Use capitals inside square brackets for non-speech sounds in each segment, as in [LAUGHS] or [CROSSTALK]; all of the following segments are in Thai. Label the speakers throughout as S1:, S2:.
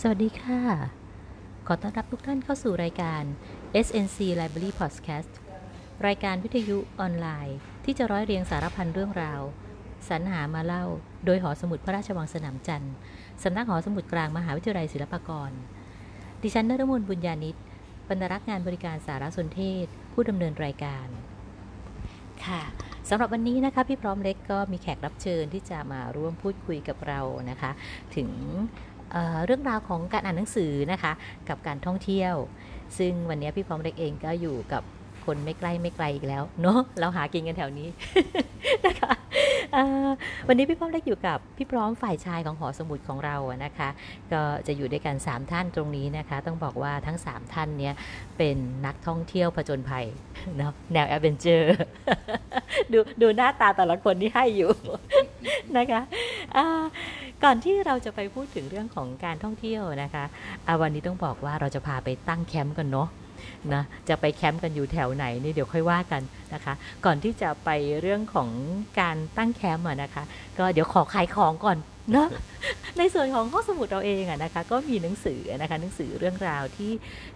S1: สวัสดีค่ะ ขอต้อนรับทุกท่านเข้าสู่รายการ SNC Library Podcast รายการวิทยุออนไลน์ ที่จะร้อยเรียงสารพันเรื่องราว สรรหามาเล่า โดยหอสมุดพระราชวังสนามจันทร์สำนักหอสมุดกลางมหาวิทยาลัยศิลปากร ดิฉันนรมนบุญญาณิตบรรณารักษ์งานบริการสารสนเทศ ผู้ดำเนินรายการ ค่ะสำหรับวันนี้นะคะพี่พร้อมเล็กก็มีแขกรับเชิญที่จะมาร่วมพูดคุยกับเรานะคะ ถึงเอ่อเรื่องราวของการอ่านหนังสือนะคะ กับการท่องเที่ยว ซึ่งวันนี้พี่พร้อมเล็กเองก็อยู่กับคนไม่ใกล้ไม่ไกลอีกแล้วเนาะ [LAUGHS] เราหากินกันแถวนี้ [LAUGHS] นะคะเอ่อวันนี้พี่พร้อมเล็กอยู่กับพี่พร้อมฝ่ายชายของหอสมุดของเราอะนะคะ ก็จะอยู่ด้วยกันสามท่านตรงนี้นะคะ ต้องบอกว่าทั้งสามท่านเนี่ยเป็นนักท่องเที่ยวผจญภัย [LAUGHS] เนาะแนวแอดเวนเจอร์ [LAUGHS] ดูดูหน้าตาแต่ละคนที่ให้อยู่ [LAUGHS] นะคะอ่าก่อนที่เราจะไปพูดถึงเรื่องของการท่องเที่ยวนะคะอาวันนี้ต้องบอกว่าเราจะพาไปตั้งแคมป์กันเนาะนะจะไปแคมป์กันอยู่แถวไหนนี่เดี๋ยวค่อยว่ากันนะคะ ก่อนที่จะไปเรื่องของการตั้งแคมป์อะนะคะ ก็เดี๋ยวขอขายของก่อนเนาะ [LAUGHS] ในส่วนของห้องสมุดเราเองอะนะคะ ก็มีหนังสือนะคะหนังสือเรื่องราวที่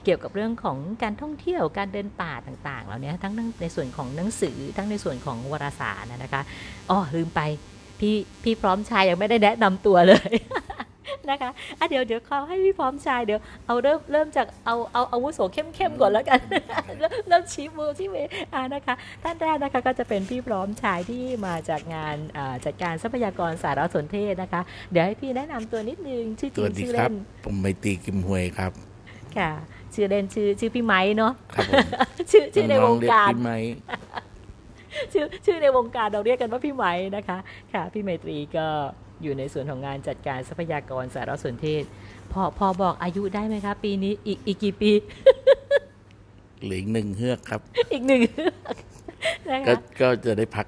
S1: เกี่ยวกับเรื่องของการท่องเที่ยวการเดินป่าต่างๆเหล่านี้ทั้งในส่วนของหนังสือทั้งในส่วนของวารสารอะนะคะอ๋อลืมไป พี่พี่พร้อมชายยังไม่ได้แนะนำตัวเลย [LAUGHS] นะคะอ่ะเดี๋ยวเดี๋ยวเขาให้พี่พร้อมชายเดี๋ยวเอาเริ่มเริ่มจากเอาเอาอาวุโสเข้มๆก่อนแล้วกัน [LAUGHS] เริ่มเริ่มชี้มือชี้เวอ่านะคะท่านแรกนะคะก็จะเป็นพี่พร้อมชายที่มาจากงานอ่าจัดการทรัพยากรสารสนเทศนะคะ เดี๋ยวให้พี่แนะนำตัวนิดนึงชื่อจ
S2: ส
S1: ริ
S2: วั
S1: ง
S2: สดี
S1: ชื่อ
S2: ครั
S1: เล่
S2: บ
S1: น
S2: ผมไมตรีกิมหวยครับ
S1: ค่ะ ชื่อเล่นชื่อชื่อพี่ไม้เนาะ [LAUGHS]
S2: ครับผม
S1: ชื่อชื่อในวงการ
S2: น้อๆเยพี่ไม้
S1: ชื่อชื่อในวงการเราเรียกกันว่าพี่ไหมนะคะ ค่ะ พี่ไมตรีก็อยู่ในส่วนของงานจัดการทรัพยากรสารสนเทศ พอพอบอกอายุได้ไหมคะ ปีนี้อีกอีกกี่ปี [LAUGHS]
S2: เหลืออกหนึ่งเฮือกครับ
S1: อีกหนึ่ง [LAUGHS] นะ
S2: ก็
S1: คะ
S2: ก็จะได้พัก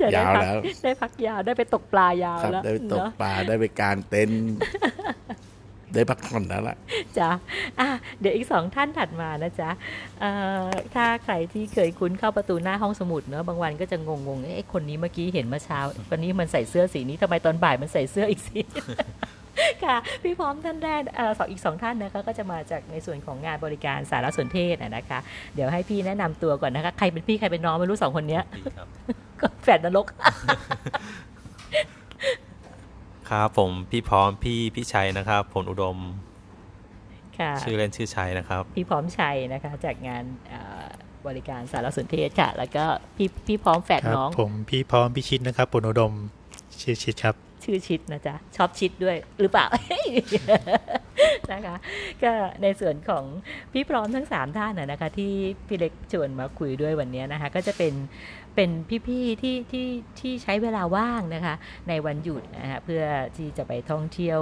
S1: จะได้พั
S2: ยาวแล้ว
S1: ได้พักยาวได้ไปตกปลายาว
S2: ครับ
S1: แล้ว
S2: ได้ไปตก
S1: เนาะ
S2: ปลาได้ไปกางเต็น
S1: [LAUGHS]
S2: ท์ได้พักผ่อนแล้วล่ะ
S1: จ้ะอ่ะเดี๋ยวอีกสองท่านถัดมานะจ๊ะเอ่อถ้าใครที่เคยคุ้นเข้าประตูหน้าห้องสมุดเนอะบางวันก็จะงงงๆเอ๊ะคนนี้เมื่อกี้เห็นเมื่อเช้าคนนี้มันใส่เสื้อสีนี้ทำไมตอนบ่ายมันใส่เสื้ออีกสี [LAUGHS] ค่ะพี่พร้อมท่านแรกเอ่อสองอีกสองท่านนะคะก็จะมาจากในส่วนของงานบริการสารสนเทศน่ะนะคะ เดี๋ยวให้พี่แนะนำตัวก่อนนะคะ ใครเป็นพี่ใครเป็นน้องไม่รู้สองคนเนี้ย [LAUGHS]
S3: ดีครับ
S1: ก็แฝดนรก [LAUGHS]
S3: ครับผมพี่พร้อมพี่พี่ชัยนะครับผลอุดม
S1: ค่ะ
S3: ชื่อเล่นชื่อชัยนะครับ
S1: พี่พร้อมชัยนะคะ จากงานเอ่อบริการสารสนเทศค่ะ แล้วก็พี่พี่พร้อมแฝด
S4: ครับ
S1: น้อง
S4: ผมพี่พร้อมพี่ชิดนะครับปุณอุดมชื่อชิดครับ
S1: ชื่อชิดนะจ๊ะชอบชิดด้วยหรือเปล่า [LAUGHS] นะคะ ก็ในส่วนของพี่พร้อมทั้งสามท่านนะนะคะ ที่พี่เล็กชวนมาคุยด้วยวันนี้นะคะ ก็จะเป็นเป็นพี่ๆที่ที่ที่ใช้เวลาว่างนะคะ ในวันหยุดนะคะเพื่อที่จะไปท่องเที่ยว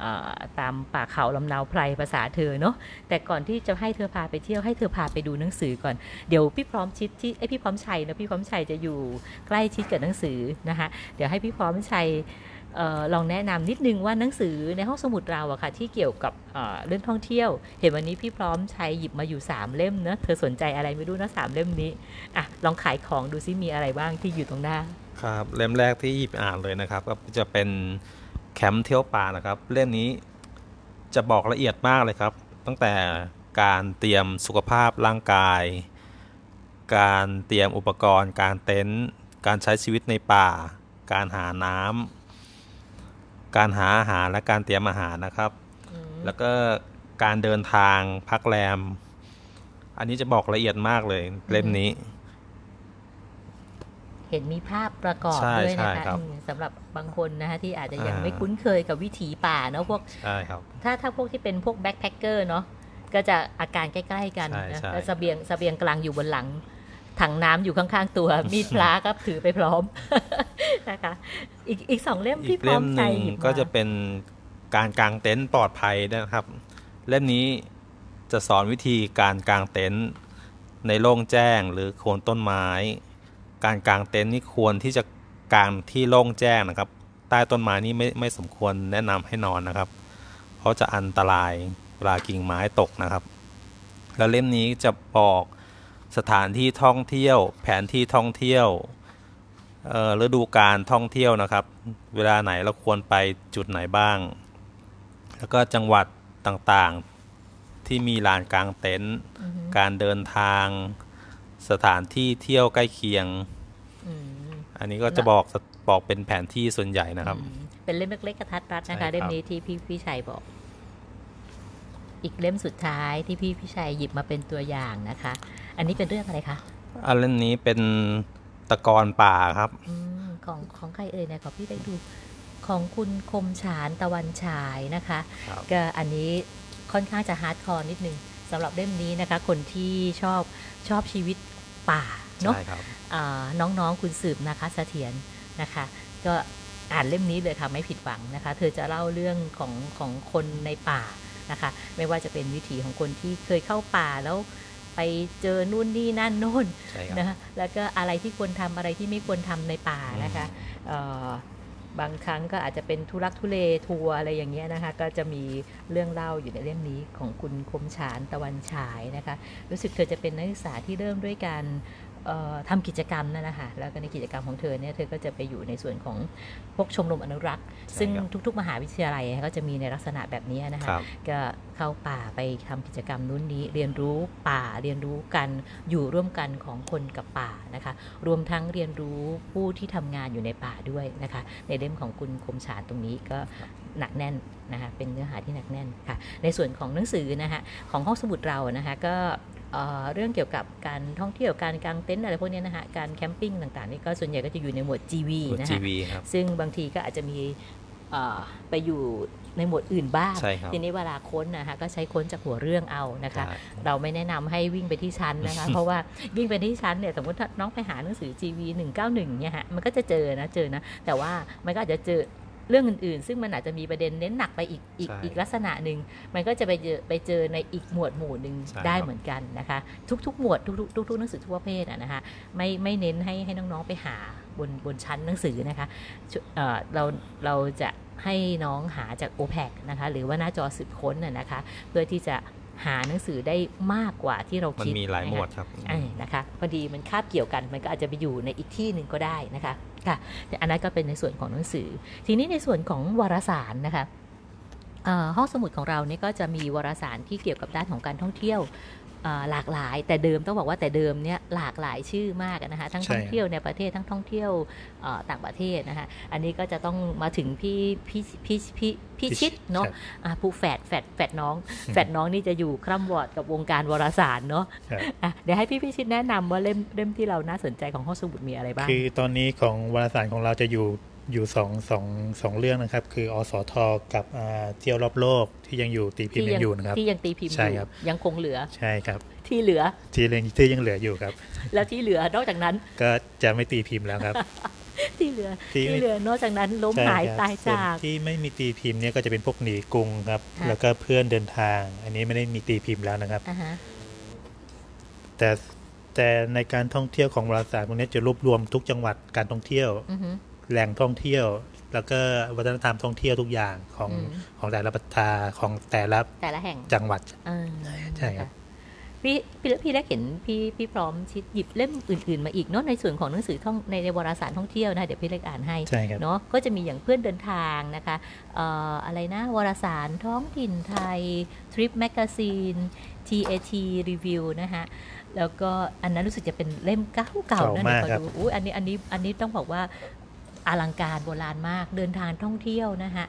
S1: เอ่อตามป่าเขาลำนาวไพรภาษาเธอเนาะแต่ก่อนที่จะให้เธอพาไปเที่ยวให้เธอพาไปดูหนังสือก่อนเดี๋ยวพี่พร้อมชิดที่ไอยพี่พร้อมชัยนะพี่พร้อมชัยจะอยู่ใกล้ชิดกับหนังสือนะคะเดี๋ยวให้พี่พร้อมชัย เออลองแนะนำนิดนึงว่าหนังสือในห้องสมุดเราอะค่ะ ที่เกี่ยวกับเอ่อเรื่องท่องเที่ยว เห็นวันนี้พี่พร้อมชัยหยิบมาอยู่ 3 เล่มเนอะเธอสนใจอะไรไม่รู้นะสามเล่มนี้อ่ะลองขายของดูซิมีอะไรบ้างที่อยู่ตรงหน้า
S3: ครับ เล่มแรกที่หยิบอ่านเลยนะครับ ก็จะเป็นแคมป์เที่ยวป่านะครับ เล่มนี้จะบอกละเอียดมากเลยครับ ตั้งแต่การเตรียมสุขภาพร่างกาย การเตรียมอุปกรณ์ การเต็นท์การใช้ชีวิตในป่า การหาน้ำการหาอาหารและการเตรียมอาหารนะครับ แล้วก็การเดินทางพักแรม อันนี้จะบอกละเอียดมากเลย เล่มนี้
S1: เห็นมีภาพประกอบ
S3: ใช่
S1: ด้วยนะ
S3: ใช่
S1: คะ
S3: ครับ
S1: อืมสำหรับบางคนนะคะที่อาจจะยัง
S3: อ่า
S1: ไม่คุ้นเคยกับวิถีป่าเนาะพวก
S3: ใช่ครับ
S1: ถ้าถ้าพวกที่เป็นพวกแบ็คแพคเกอร์เนาะก็จะอาการใกล้ๆกัน
S3: ใช่
S1: นะ
S3: ใช่
S1: แล้วเสบียงเสบียงกลางอยู่บนหลัง ถังน้ำอยู่ข้างๆ
S3: [LAUGHS]
S1: ตัว มีดพลาก็ถือไปพร้อม [LAUGHS] นะคะ อีกอีกสองเล่ม
S3: อี
S1: ที่
S3: ก
S1: พร้
S3: เล่
S1: อม
S3: มห
S1: ใจ
S3: นึ่ง
S1: หยิบมา
S3: ก็จะเป็นการกางเต็นท์ปลอดภัยนะครับ เล่มนี้จะสอนวิธีการกางเต็นท์ในโล่งแจ้งหรือโคนต้นไม้ การกางเต็นท์นี่ควรที่จะกางที่โล่งแจ้งนะครับ ใต้ต้นไม้นี่ไม่ไม่สมควรแนะนำให้นอนนะครับ เพราะจะอันตรายเวลากิ่งไม้ตกนะครับ แล้วเล่มนี้จะบอกสถานที่ท่องเที่ยว แผนที่ท่องเที่ยว เอ่อฤดูการท่องเที่ยวนะครับ เวลาไหนเราควรไปจุดไหนบ้าง แล้วก็จังหวัด ต่างๆ ที่มีลานกลางเต็นท์
S1: อือฮึ
S3: การเดินทาง สถานที่เที่ยวใกล้เคียง
S1: อืม
S3: อันนี้ก็จะ
S1: ละ
S3: บอกสบอกเป็นแผนที่ส่วนใหญ่นะครับ
S1: อืมเป็นเล่มเล็กๆกระทัดรัดนะ
S3: ใช่ครั
S1: คะ
S3: บ
S1: เล่มนี้ที่พี่พี่ชัยบอก อีกเล่มสุดท้ายที่พี่พี่ชัยหยิบมาเป็นตัวอย่างนะคะ อันนี้เป็นเรื่องอะไรคะ
S3: อันเล่มนี้เป็นตะกอนป่าครับ
S1: อมของของใครเอ่ยนะขอพี่ได้ดู ของคุณคมฉานตะวันฉายนะคะ
S3: ครับ
S1: ก็อันนี้ค่อนข้างจะฮาร์ดคอร์นิดนึงสำหรับเล่มนี้นะคะ คนที่ชอบชอบชีวิตป่าเนาะ
S3: ใช่ครับ
S1: อ่าน้องๆ คุณสืบนะคะเสถียรนะคะ ก็อ่านเล่มนี้เลยค่ะไม่ผิดหวังนะคะ เธอจะเล่าเรื่องของของคนในป่านะคะ ไม่ว่าจะเป็นวิถีของคนที่เคยเข้าป่าแล้วไปเจอนู่นนี่นั่ [LAUGHS] นโน่น
S3: ใช่ครับ
S1: นะคะแล้วก็อะไรที่ควรทำอะไรที่ไม่ควรทำในป่านะคะเอ่อบางครั้งก็อาจจะเป็นทุรักทุเลทัวร์อะไรอย่างเงี้ยนะคะ ก็จะมีเรื่องเล่าอยู่ในเล่มนี้ของคุณคมฉานตะวันฉายนะคะ รู้สึกเธอจะเป็นนักศึกษาที่เริ่มด้วยการ เอ่อทำกิจกรรมนั่นแหละค่ะแล้วก็ในกิจกรรมของเธอเนี่ยเธอก็จะไปอยู่ในส่วนของพวกชมรมอนุรักษ์
S3: ใช่
S1: ซึ่ง
S3: ครับ
S1: ทุกๆ มหาวิทยาลัยก็จะมีในลักษณะแบบนี้นะ
S3: ค
S1: คะ
S3: รับ
S1: ก็เข้าป่าไปทำกิจกรรมนู้นนี้เรียนรู้ป่าเรียนรู้กันอยู่ร่วมกันของคนกับป่านะคะ รวมทั้งเรียนรู้ผู้ที่ทำงานอยู่ในป่าด้วยนะคะ ในเล่มของคุณคมฉานตรงนี้ก็หนักแน่นนะคะเป็นเนื้อหาที่หนักแน่นค่ะ ในส่วนของหนังสือนะคะของห้องสมุดเรานะคะก็เอ่อเรื่องเกี่ยวกับการท่องเที่ยวการกางเต็นท์อะไรพวกเนี้ยนะคะการแคมปิ้งต่างๆนี่ก็ส่วนใหญ่ก็จะอยู่ในหมวด GV นะคะ
S3: GV ครับ
S1: ซึ่งบางทีก็อาจจะมีเอ่อไปอยู่ในหมวดอื่นบ้าง
S3: ใช่ครับ
S1: ทีนี้เวลาค้นนะคะก็ใช้ค้นจากหัวเรื่องเอานะคะ
S3: ใช่
S1: เราไม่แนะนำให้วิ่งไปที่ชั้น
S3: [LAUGHS]
S1: นะคะ เพราะว่าวิ่งไปที่ชั้นเนี่ยสมมติถ้าน้องไปหาหนังสือ GV 191เนี่ยฮะมันก็จะเจอนะเจอนะ แต่ว่ามันก็อาจจะเจอเรื่องอื่นๆ ซึ่งมันอาจจะมีประเด็นเน้นหนักไปอีกอีก
S3: ใช่
S1: อีกลักษณะหนึ่งมันก็จะไปเจอไปเจอในอีกหมวดหมู่หนึ่ง
S3: ใช่ครับ
S1: ได้เหมือนกันนะคะ ทุกๆ หมวดทุกๆทุกๆหนังสือทั่วเพศอะนะคะไม่ไม่เน้นให้ให้น้องๆไปหาบนบนชั้นหนังสือนะคะช่วยเอ่อเราเราจะให้น้องหาจาก o p e c นะคะหรือว่าหน้าจอสืบค้นน่ะนะคะ เพื่อที่จะหาหนังสือได้มากกว่าที่เรา
S3: มัน
S1: คิด
S3: มีหลายหมวด
S1: นะคะ
S3: ครับ
S1: อ่านะคะพอดีมันคาบเกี่ยวกันมันก็อาจจะไปอยู่ในอีกที่หนึ่งก็ได้นะคะค่ะแต่อันนั้นก็เป็นในส่วนของหนังสือ ทีนี้ในส่วนของวารสารนะคะเอ่อห้องสมุดของเราเนี่ยก็จะมีวารสารที่เกี่ยวกับด้านของการท่องเที่ยวเอ่อหลากหลาย แต่เดิมต้องบอกว่าแต่เดิมเนี่ยหลากหลายชื่อมากนะคะทั้ง
S4: ใช่
S1: ท่องเที่ยวในประเทศทั้งท่องเที่ยวเอ่อต่างประเทศนะคะอันนี้ก็จะต้องมาถึงพี่พี่พี่พี่พี่ชิดเนาะ อ่ะผู้แฝดแฝดแฝดน้อง
S4: [LAUGHS]
S1: แฝดน้องนี่จะอยู่คร่ำวอดกับวงการวารสารเนาะ
S4: ครับ
S1: อ่ะเดี๋ยวให้พี่พิชิตแนะนำว่าเล่มเล่มที่เราน่าสนใจของห้องสมุดมีอะไรบ้าง
S4: คือตอนนี้ของวารสารของเราจะอยู่อยู่สองสองสองเรื่องนะครับ คืออสอทอกับอ่าเที่ยวรอบโลกที่ยังอยู่ตีพิมพ์ยังอยู่นะครับ
S1: ที่ยังตีพิมพ์อ
S4: ใช่
S1: ยู่
S4: ครับ
S1: ยังคงเหลือ
S4: ใช่ครับ
S1: ที่เหลือ
S4: ที่ยังที่ยังเหลืออยู่ครับ
S1: แล้วที่เหลือนอกจากนั้น [LAUGHS]
S4: ก็จะไม่ตีพิมพ์แล้วครับ
S1: ที่เหลือ
S4: ที่
S1: ที่เหลือนอกจากนั้นล้ม
S4: ใช่
S1: หาย
S4: ครับ
S1: ตาย
S4: ส่วน
S1: จาก
S4: ที่ไม่มีตีพิมพ์เนี่ยก็จะเป็นพวกหนีกรุงครับ
S1: ค่ะ
S4: แล้วก็เพื่อนเดินทาง อันนี้ไม่ได้มีตีพิมพ์แล้วนะครับ
S1: อ่าฮะ
S4: แต่แต่ในการท่องเที่ยวของวารสารพวกนี้จะรวบรวมทุกจังหวัดการท่องเที่ยว
S1: อือฮึ
S4: แหล่งท่องเที่ยว แล้วก็วัฒนธรรมท่องเที่ยวทุกอย่างของ
S1: อืม
S4: ของแต่ละประเทศของแต่ละ
S1: แต่ละแห่ง
S4: จังหวัด
S1: เออ
S4: ใช่ครับ
S1: นะคะพี่พี่พี่ได้เห็นพี่พี่พร้อมชิดหยิบเล่มอื่นๆ มาอีกเนาะในส่วนของหนังสือท่องในในวารสารท่องเที่ยวนะเดี๋ยวพี่เล็กอ่านให้
S4: ใช่ครับ
S1: เนาะก็จะมีอย่างเพื่อนเดินทางนะคะเอ่ออะไรนะวารสารท้องถิ่นไทย Trip Magazine TAT Review นะคะแล้วก็อันนั้นรู้สึกจะเป็นเล่มเก่า
S4: เก่า
S1: ๆนั่นเอ
S4: มาก
S1: ง
S4: ครับ
S1: ดูอุ้ยอันนี้อันนี้อันนี้ต้องบอกว่าอลังการโบราณมากเดินทางท่องเที่ยวนะคะ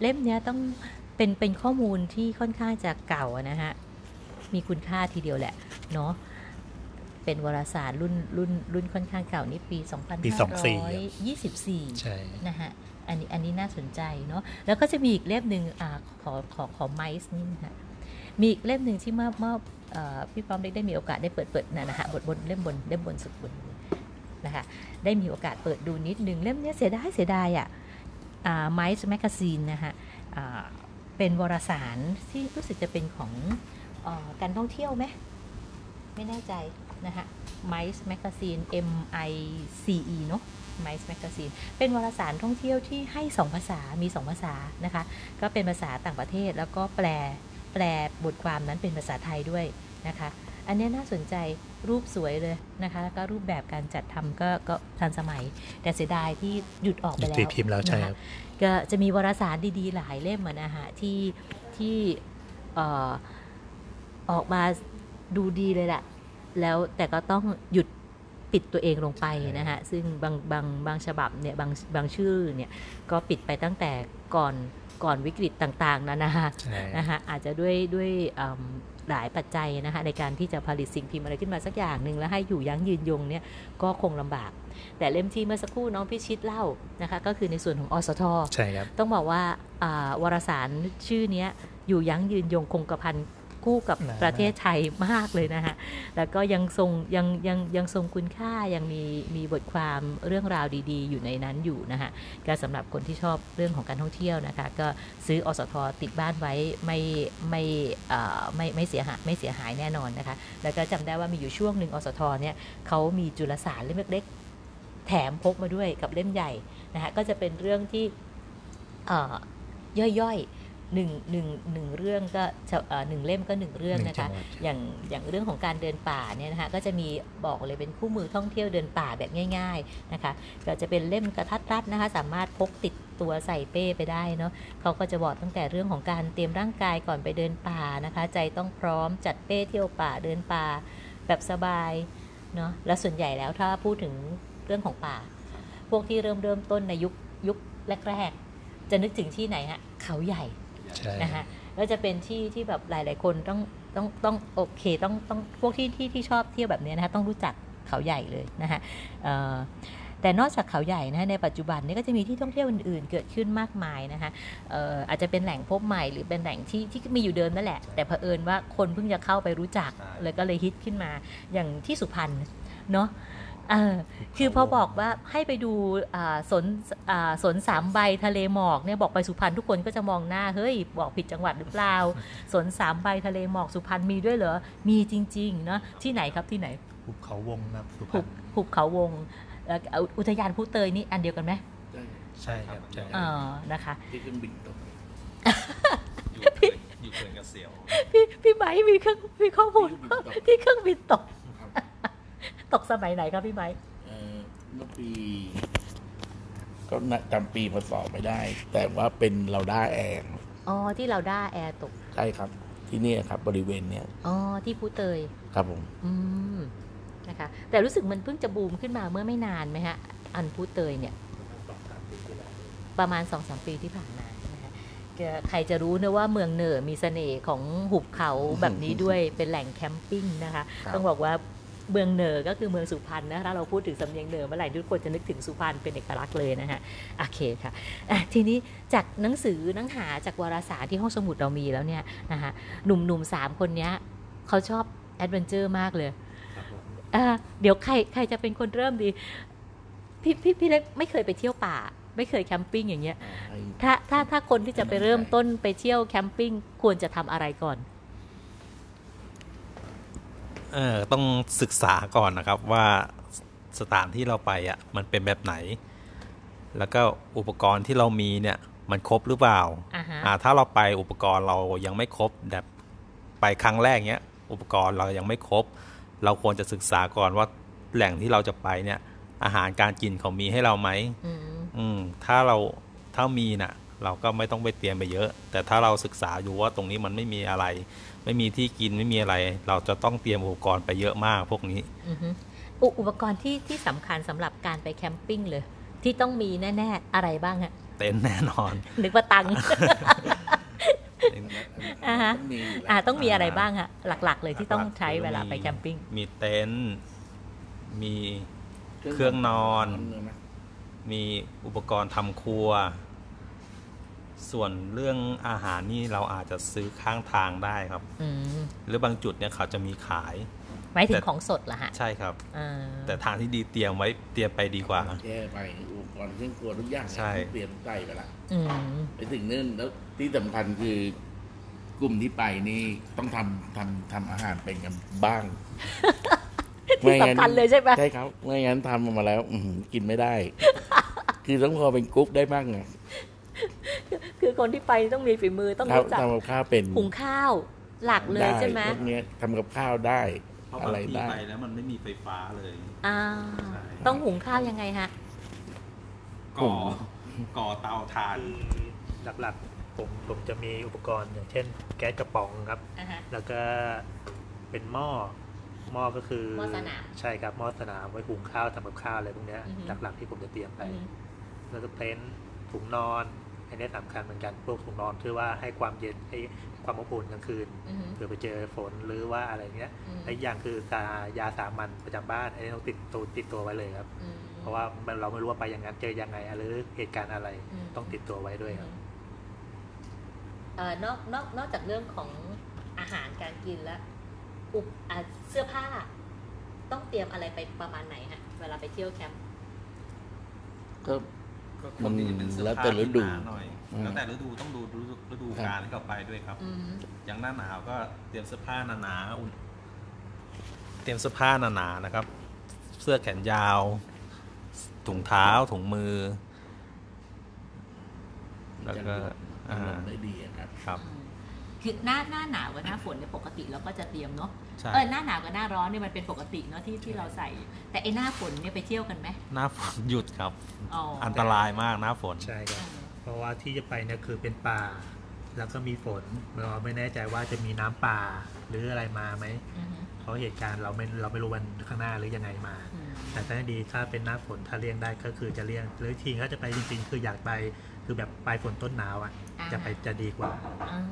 S1: เล่มเนี้ยต้องเป็นเป็นข้อมูลที่ค่อนข้างจะเก่าอะนะฮะมีคุณค่าทีเดียวแหละเนาะเป็นวารสารรุ่นรุ่นรุ่นค่อนข้างเก่านี่ปี
S4: ปี
S1: 2524
S4: 24
S1: 24
S4: ใช่
S1: นะฮะ อันนี้อันนี้น่าสนใจเนาะ แล้วก็จะมีอีกเล่มหนึ่งอาขอขอขอไมซ์นี่นะฮะ มีอีกเล่มหนึ่งที่เมื่อเมื่อเอ่อพี่พร้อมได้ได้มีโอกาสได้เปิดเปิดนะนะฮะบนบนเล่มบนเล่มบนสุดบนนะคะ ได้มีโอกาสเปิดดูนิดนึงเล่มเนี้ยเสียดายเสียดายอ่ะไมซ์แมกซีนนะฮะอ่าเป็นวารสารที่รู้สึกจะเป็นของเออการท่องเที่ยวไหมไม่แน่ใจนะฮะ Mice Magazine M I C E เนอะ Mice Magazine เป็นวารสารท่องเที่ยวที่ให้ 2 ภาษา มี 2 ภาษานะคะ ก็เป็นภาษาต่างประเทศแล้วก็แปล แปลบทความนั้นเป็นภาษาไทยด้วยนะคะ อันเนี้ยน่าสนใจรูปสวยเลยนะคะแล้วก็รูปแบบการจัดทำก็ก็ทันสมัย แต่เสียดายที่หยุดออกไปแล้ว
S4: ตีพิมพ์แล้วใช่
S1: นะคะ
S4: ครับ
S1: ก็จะมีวารสารดีๆ หลายเล่มอะนะฮะที่ ที่เอ่อออกมาดูดีเลยแหละ แล้วแต่ก็ต้องหยุดปิดตัวเองลงไปนะฮะ ซึ่งบางบางบางฉบับเนี่ยบางบางชื่อเนี่ย ก็ปิดไปตั้งแต่ก่อนก่อนวิกฤตต่างๆนะนะฮะ
S4: ใช่
S1: นะคะอาจจะด้วยด้วยอืมหลายปัจจัยนะคะในการที่จะผลิตสิ่งพิมพ์อะไรขึ้นมาสักอย่างหนึ่งแล้วให้อยู่ยั้งยืนยงเนี่ยก็คงลำบาก แต่เล่มที่เมื่อสักครู่น้องพิชิตเล่านะคะก็คือในส่วนของอสท
S4: ใช่ครับ
S1: ต้องบอกว่าอ่าวารสารชื่อเนี้ยอยู่ยั้งยืนยงคงกระพันคู่กับ
S4: นานมาก
S1: ประเทศไทยมากเลยนะฮะ แล้วก็ยังทรงยังยังยังทรงคุณค่ายังมีมีบทความเรื่องราวดีๆ อยู่ในนั้นอยู่นะฮะก็สำหรับคนที่ชอบเรื่องของการท่องเที่ยวนะคะ ก็ซื้ออสทติดบ้านไว้ไม่ไม่เอ่อไม่ไม่เสียหายไม่เสียหายแน่นอนนะคะ แล้วก็จำได้ว่ามีอยู่ช่วงหนึ่งอสทเนี่ยเขามีจุลสารเล่มเล็กๆ แถมพกมาด้วยกับเล่มใหญ่นะฮะก็จะเป็นเรื่องที่ เอ่อย่อยๆหนึ่งหนึ่งหนึ่งเรื่องก็จะเอ่อหนึ่งเล่มก็หนึ่งเรื่อง
S4: หนึ่ง
S1: นะ
S4: จั
S1: คะ
S4: งหวัด
S1: อย่างอย่างเรื่องของการเดินป่าเนี่ยนะคะก็จะมีบอกเลยเป็นคู่มือท่องเที่ยวเดินป่าแบบง่าย ๆนะคะ ก็จะเป็นเล่มกระทัดรัดนะคะ สามารถพกติดตัวใส่เป้ไปได้เนาะเขาก็จะบอกตั้งแต่เรื่องของการเตรียมร่างกายก่อนไปเดินป่านะคะ ใจต้องพร้อมจัดเป้เที่ยวป่าเดินป่าแบบสบายเนาะและส่วนใหญ่แล้วถ้าพูดถึงเรื่องของป่า พวกที่เริ่มเริ่มต้นในยุคยุคแรกๆจะนึกถึงที่ไหนฮะเขาใหญ่
S4: ใช่
S1: นะฮะแล้วจะเป็นที่ที่แบบหลาย ๆ คนต้องต้องต้องโอเคต้องต้องพวกที่ที่ที่ชอบเที่ยวแบบเนี้ยนะคะต้องรู้จักเขาใหญ่เลยนะฮะเอ่อแต่นอกจากเขาใหญ่นะฮะในปัจจุบันนี้ก็จะมีที่ท่องเที่ยวอื่น ๆ เกิดขึ้นมากมายนะคะเอ่ออาจจะเป็นแหล่งพบใหม่หรือเป็นแหล่งที่ที่มีอยู่เดิมนั่นแหละ แต่เผอิญว่าคนเพิ่งจะเข้าไปรู้จัก
S3: ใช่
S1: เลยก็เลยฮิตขึ้นมาอย่างที่สุพรรณเนาะเออคือพอบอกว่าให้ไปดูอ่าสนอ่าสนสามใบทะเลหมอกเนี่ยบอกไปสุพรรณทุกคนก็จะมองหน้าเฮ้ยบอกผิดจังหวัดหรือเปล่า สวนสามใบทะเลหมอกสุพรรณมีด้วยเหรอ มีจริงๆเนาะที่ไหนครับที่ไหน
S4: ภูเขาวงนะครับสุพร
S1: หุ
S4: ร
S1: บ
S4: ณ
S1: หุบเขาวงแล้วก็อุอุทยานผู้เตยนี่อันเดียวกันไหม
S4: ใช่ครับใช่
S1: เออนะคะ
S2: ที่เครื่องบินตก
S3: อยู่อยู่เขินกับเสียว
S1: พี่พี่ไหมมีเครื่องมีข้อมูลว่าที่เครื่องบินตก
S2: ครับ
S1: ตกสมัยไหนครับพี่ไหม
S2: เอ่อเมื่อปีก็น่ะจำปีพศไม่ได้ แต่ว่าเป็นเราได้าแอน
S1: อ๋อที่เราด้าแอร์ตก
S2: ใช่ครับ ที่เนี่ยครับ บริเวณเนี้ย
S1: อ๋อที่ผู้เตย
S2: ครับผม
S1: อืมนะคะแต่รู้สึกมันเพิ่งจะบูมขึ้นมาเมื่อไม่นานไหมฮะ อันพูดเตยเนี่ย ประมาณสองสามปีที่ผ่านมานะคะก็ใครจะรู้นะว่าเมืองเหนือมีเสน่ห์ของหุบเขาแบบนี้ด้วย เป็นแหล่งแคมปิ้งนะคะ
S2: ครับ
S1: ต้องบอกว่าเมืองเหนือก็คือเมืองสุพรรณนะถ้าเราพูดถึงสำเนียงเหนือเมื่อไหร่ทุกคนจะนึกถึงสุพรรณเป็นเอกลักษณ์เลยนะฮะโอเคค่ะอ่ะ ทีนี้จากหนังสือหนังหาจากวารสารที่ห้องสมุดเรามีแล้วเนี่ยนะคะหนุ่มๆสามคนเนี้ย เขาชอบแอดเวนเจอร์มากเลยเอ่อเดี๋ยวใครใครจะเป็นคนเริ่มดี พี่พี่พี่เล็กไม่เคยไปเที่ยวป่า ไม่เคยแคมปิ้งอย่างเงี้ย
S2: ไอ้
S1: ถ้าถ้าถ้าคนที่จะไปเริ่มต้นไปเที่ยวแคมปิ้งควรจะทำอะไรก่อน
S3: เออต้องศึกษาก่อนนะครับว่าสถานที่เราไปอ่ะมันเป็นแบบไหน แล้วก็อุปกรณ์ที่เรามีเนี่ยมันครบหรือเปล่า
S1: อ่าฮะ
S3: อ่าถ้าเราไปอุปกรณ์เรายังไม่ครบแบบไปครั้งแรกเนี้ยอุปกรณ์เรายังไม่ครบ เราควรจะศึกษาก่อนว่าแหล่งที่เราจะไปเนี่ยอาหารการกินเขามีให้เราไหม
S1: อืม
S3: อืมถ้าเราถ้ามีน่ะ เราก็ไม่ต้องไปเตรียมไปเยอะ แต่ถ้าเราศึกษาอยู่ว่าตรงนี้มันไม่มีอะไร ไม่มีที่กินไม่มีอะไร เราจะต้องเตรียมอุปกรณ์ไปเยอะมากพวกนี้
S1: อือฮึอุอุปกรณ์ที่ที่สำคัญสำหรับการไปแคมปิ้งเลย ที่ต้องมีแน่ ๆ อะไรบ้างฮะ
S3: เต็นท์แน่นอน
S1: นึกว่า [LAUGHS] ตังค์ อ่าฮะ
S2: ต้องมียู่แล้ว
S1: อ่าต้องมีอะไรบ้างฮะ หลัก ๆ เลยที่ต้องใช้เวลาไปแคมปิ้ง
S3: มีเต็นท์มี เครื่องนอน มีอุปกรณ์ทำครัว ส่วนเรื่องอาหารนี่เราอาจจะซื้อข้างทางได้ครับ
S1: อืม
S3: หรือบางจุดเนี่ยเขาจะมีขาย
S1: หมายถึ
S3: แต่
S1: งของสดเหรอฮะ
S3: ใช่ครับ
S1: อ่า
S3: แต่ทางที่ดีเตรียมไว้เตรียมไปดีกว่า
S2: แก้ไปอุปกรณ์เครื่องครัวทุกอย่างเนี่ย
S3: ใช่
S2: เตรียมใส่ไปละ
S1: อืม
S2: ไปถึงนั่นแล้วที่สำคัญคือกลุ่มที่ไปนี่ต้องทำทำทำอาหารเป็นกันบ้าง
S1: [LAUGHS] ที่สำคัญเลยใช่ไหม
S2: ใช่ครับไม่งั้นทำออกมาแล้ว อือหือกินไม่ได้ คือต้องพอเป็นกุ๊กได้มากไง
S1: คือคนที่ไปต้องมีฝีมือต้องรู้จัก
S2: ทำกับข้าวเป็น
S1: หุงข้าวหลักเลยใช่ไหม
S2: ด้พวกเนี้ยทำกับข้าวได้ อะไรได้
S3: ไปแล้วมันไม่มีไฟฟ้าเลย
S1: อ่าต้องหุงข้าวยังไงฮะ
S3: ก่อก่อเตาถ่าน
S4: หลักๆ ผ ผมผมจะมีอุปกรณ์อย่างเช่น แก๊สกระป๋องครับ
S1: อ่าฮะ
S4: แล้วก็เป็นหม้อหม้อก็คือ
S1: หม้อสนาม
S4: ใช่ครับหม้อสนามไว้หุงข้าวทำกับข้าวอะไรพวกเนี้ย
S1: อือฮึ
S4: หลักๆที่ผมจะเตรียมไป
S1: อืม
S4: แล้วก็เต็นท์ถุงนอนอันนี้สำคัญเหมือนกันพวกถุงนอนเพื่อว่าให้ความเย็นให้ความอบอุ่นกลางคืน
S1: อืม
S4: เผื่อไปเจอฝนหรือว่าอะไรเงี้ย
S1: อืม
S4: และอีกอย่างคือตายาสามัญประจำบ้านอันนี้ต้องติดตัวติดตัวไว้เลยครับ
S1: อืม
S4: เพราะว่ามันเราไม่รู้ว่าไปอย่างนั้นเจอยังไงหรือเหตุการณ์อะไร
S1: อืม
S4: ต้องติดตัวไว้ด้วยครับ
S1: เอ่อนอกนอกนอกจากเรื่องของอาหารการกินแล้วอุปอ่ะเสื้อผ้า ต้องเตรียมอะไรไปประมาณไหนฮะ เวลาไปเที่ยวแคมป์
S2: ก็
S3: ก็ควรที่จะเป็นเสื้อ
S2: แล้ว
S3: ผ้า
S2: แต่ฤดู
S3: หนาหน่อย
S2: อืม
S3: แล้วแต่ฤดูต้องดูฤดูฤดูกาลที่เราไปด้วยครับ
S1: อืม
S3: อย่างหน้าหนาวก็เตรียมเสื้อผ้าหนาๆอุ่น เตรียมเสื้อผ้าหนาๆนะครับ เสื้อแขนยาว ถุงเท้าถุงมือ แล้วก็
S2: า
S3: อ่า
S2: ไม่ดีอะครับ
S3: ครับ
S1: อืมคือหน้าหน้าหนาวกับหน้าฝนเนี่ยปกติเราก็จะเตรียมเนาะ
S3: ใช่
S1: เออหน้าหนาวกับหน้าร้อนเนี่ยมันเป็นปกติเนาะที่ที่เราใส่ แต่ไอ้หน้าฝนเนี่ยไปเที่ยวกันไหม
S3: หน้าฝนหยุดครับ
S1: อ๋ออ
S3: อันตรายมากหน้าฝน
S4: ใช่ค
S1: อื
S4: รับ
S1: ม
S4: เพราะว่าที่จะไปเนี่ยคือเป็นป่า แล้วก็มีฝนเราไม่แน่ใจว่าจะมีน้ำป่าหรืออะไรมาไหม
S1: อืม
S4: เพราะเหตุการณ์เราไม่เราไม่รู้วันข้างหน้าหรือยังไงมา
S1: อืม
S4: แต่ถ้าดีถ้าเป็นหน้าฝนถ้าเลี่ยงได้ก็คือจะเลี่ยงหรือทีถ้าจะไปจริงๆ คืออยากไปคือแบบปลายฝนต้นหนาวอ่ะ
S1: อ่า
S4: จะไปจะดีกว่า
S1: อ่า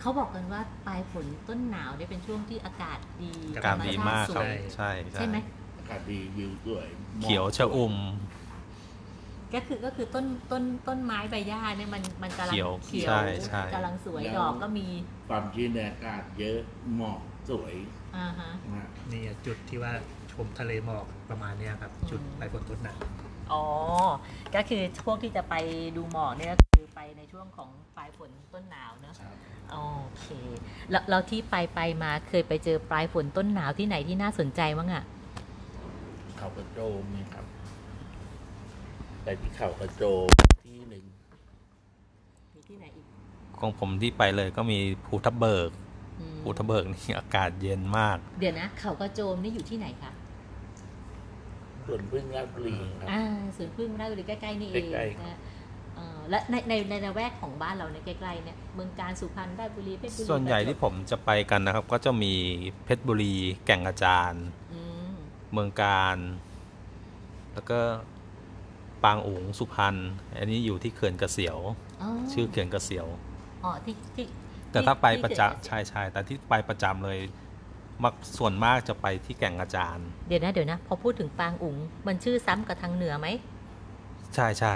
S1: เขาบอกกันว่าปลายฝนต้นหนาวเนี่ยเป็นช่วงที่อากาศดี
S4: อ
S3: อากาศดีมากครับ
S1: ธมชติสวย
S3: ใช่
S1: ใช่ไหม
S2: อากาศดีวิวสวยหมอก
S3: เขียวชะอุ่ม
S1: ก็คือก็คือต้นต้นต้นไม้ใบหญ้าเนี่ยมันมันกำลัง
S3: เขียว
S1: เขียว
S3: ใช่ใช่
S1: กำลังสวยดอกก็มี
S2: ความชื้นในอากาศเยอะหมอกสวย
S1: อ่าฮะ
S2: มาก
S4: นี่จุดที่ว่าชมทะเลหมอกประมาณเนี้ยครับ จุดปลายฝนต้นหนาว
S1: อ๋อ ก็คือพวกที่จะไปดูหมอกเนี่ยก็คือไปในช่วงของปลายฝนต้นหนาวเนอะ
S2: ครับ
S1: โอเค แล้วเราที่ไปไปมาเคยไปเจอปลายฝนต้นหนาวที่ไหนที่น่าสนใจบ้างอะ
S2: เขากระโจมเนี่ยครับไปที่เขากระโจมที่หนึ่ง
S1: มีที่ไหนอีก
S3: ของผมที่ไปเลยก็มีภูทับเบิก
S1: อืม
S3: ภูทับเบิกนี่ [LAUGHS] อากาศเย็นมาก
S1: เดี๋ยวนะ เขากระโจมนี่อยู่ที่ไหนคะ
S2: ส่วนพึ่งราชบุรีครับ
S1: อ่าศูนย์พึ่งราชบุรีใกล้ๆนี่เอง
S2: ใกล้ๆ
S1: นะเอ่อและในในในละแวกของบ้านเราเนี่ยใกล้ๆเนี่ยเมืองการสุพรรณราชบุรีเพชรบุรี
S3: ส่วนใหญ่ที่ผมจะไปกันนะครับ ก็จะมีเพชรบุรีแก่งกระจาน
S1: อืม
S3: เมืองการ แล้วก็ปางอุ๋งสุพรรณ อันนี้อยู่ที่เขื่อนกระเสียว ชื่อเขื่อนกระเสียว
S1: อ๋อที่ที่
S3: แต่ถ้าไป
S1: ที่
S3: ประจำใช่ใช่แต่ที่ไปประจำเลยมักส่วนมากจะไปที่แก่งกระจาน
S1: เดี๋ยวนะเดี๋ยวนะ พอพูดถึงปางอุ๋งมันชื่อซ้ำกับทางเหนือไหม
S3: ใช่ใช่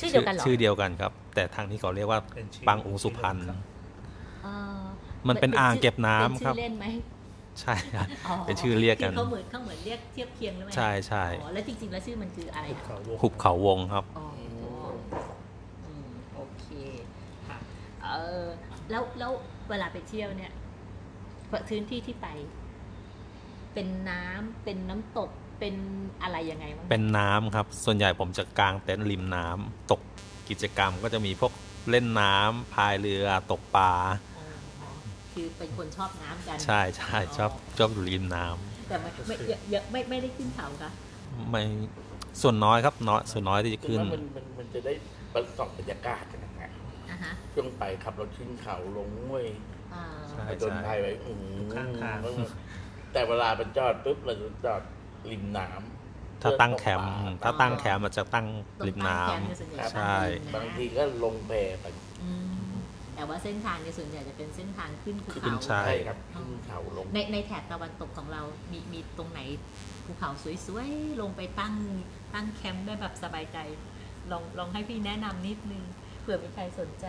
S1: ชื่อเดียวกันเหรอ
S3: ชื่อเดียวกันครับ แต่ทางนี้เขาเรียกว่า
S4: เป็นชื่
S3: ปางอุ๋งสุพรรณ
S1: เอ่อ
S3: มันเป็นอ่างเก็บน้ำ
S1: เป็นชื่
S3: ครับ
S1: เล่นไหม
S3: ใช่ครับ
S1: อ๋อ
S3: เป็นชื่อเรียกกัน
S1: ที่เขาเหมือนเขาเหมือนเรียกเทียบเคียงหรือไม่
S3: ใช่ใช่
S1: อ๋อแล้วจริงๆแล้วชื่อมันคืออะไรอะ
S4: เขาวง
S3: หุบเขาวงครับ
S1: อ๋ออืมโอเคค่ะเออแล้วแล้วเวลาไปเที่ยวเนี่ยพื้นที่ที่ไป เป็นน้ำเป็นน้ำตกเป็นอะไรยังไงบ้าง
S3: เป็นน้ำครับ ส่วนใหญ่ผมจะกางเต็นท์ริมน้ำตกกิจกรรมก็จะมีพวกเล่นน้ำพายเรือตกปลา
S1: อ๋อคือเป็นคนชอบน้ำกัน
S3: ใช่ใช่ชอบชอบอยู่ริมน้ำ
S1: แต่ไม่ไม่เยอะเยอะไม่ไม่ได้ขึ้นเขาค่ะ
S3: ไม่ส่วนน้อยครับน้อยส่วนน้อยที่จะ
S2: คือ
S3: ขึ้น
S2: ว่ามันมันมันจะได้ประสอบบรรยากาศกันนะฮะ
S1: อ่ะฮะ
S2: ช่วงไปขับรถขึ้นเขาลงห้วย
S1: อ่า
S3: ใช่
S2: ไปจนภัยไปอืม
S4: ข้างทาง
S2: แต่เวลาไปจอดปุ๊บเราจะจอดริมน้ำ
S3: ถ้าตั้งแคมป์ถ้าตั้งแคมป์มันจะตั้ง
S1: ตรง
S3: ริม
S1: ปาง
S3: น้ำ
S1: แคมป์เนี่ยส่วนใหญ่
S2: ครับ
S3: ใช่
S1: จะ
S2: บา
S1: ตั้
S2: ง
S1: งริ
S2: ที
S1: มน้
S2: ก็ลงแพไป
S1: ำอืมแต่ว่าเส้นทางเนี่ยส่วนใหญ่จะเป็นเส้นทางขึ้นภู
S3: ขึ้น
S1: เขา
S3: ชั ใช่ ย
S2: ครับขึ้นเขาลง
S1: ในในแถบตะวันตกของเรา มีมีตรงไหนภูเขาสวยๆ ลงไปตั้งตั้งแคมป์ได้แบบสบายใจ ลองลองให้พี่แนะนำนิดนึง เผื่อมีใครสนใจ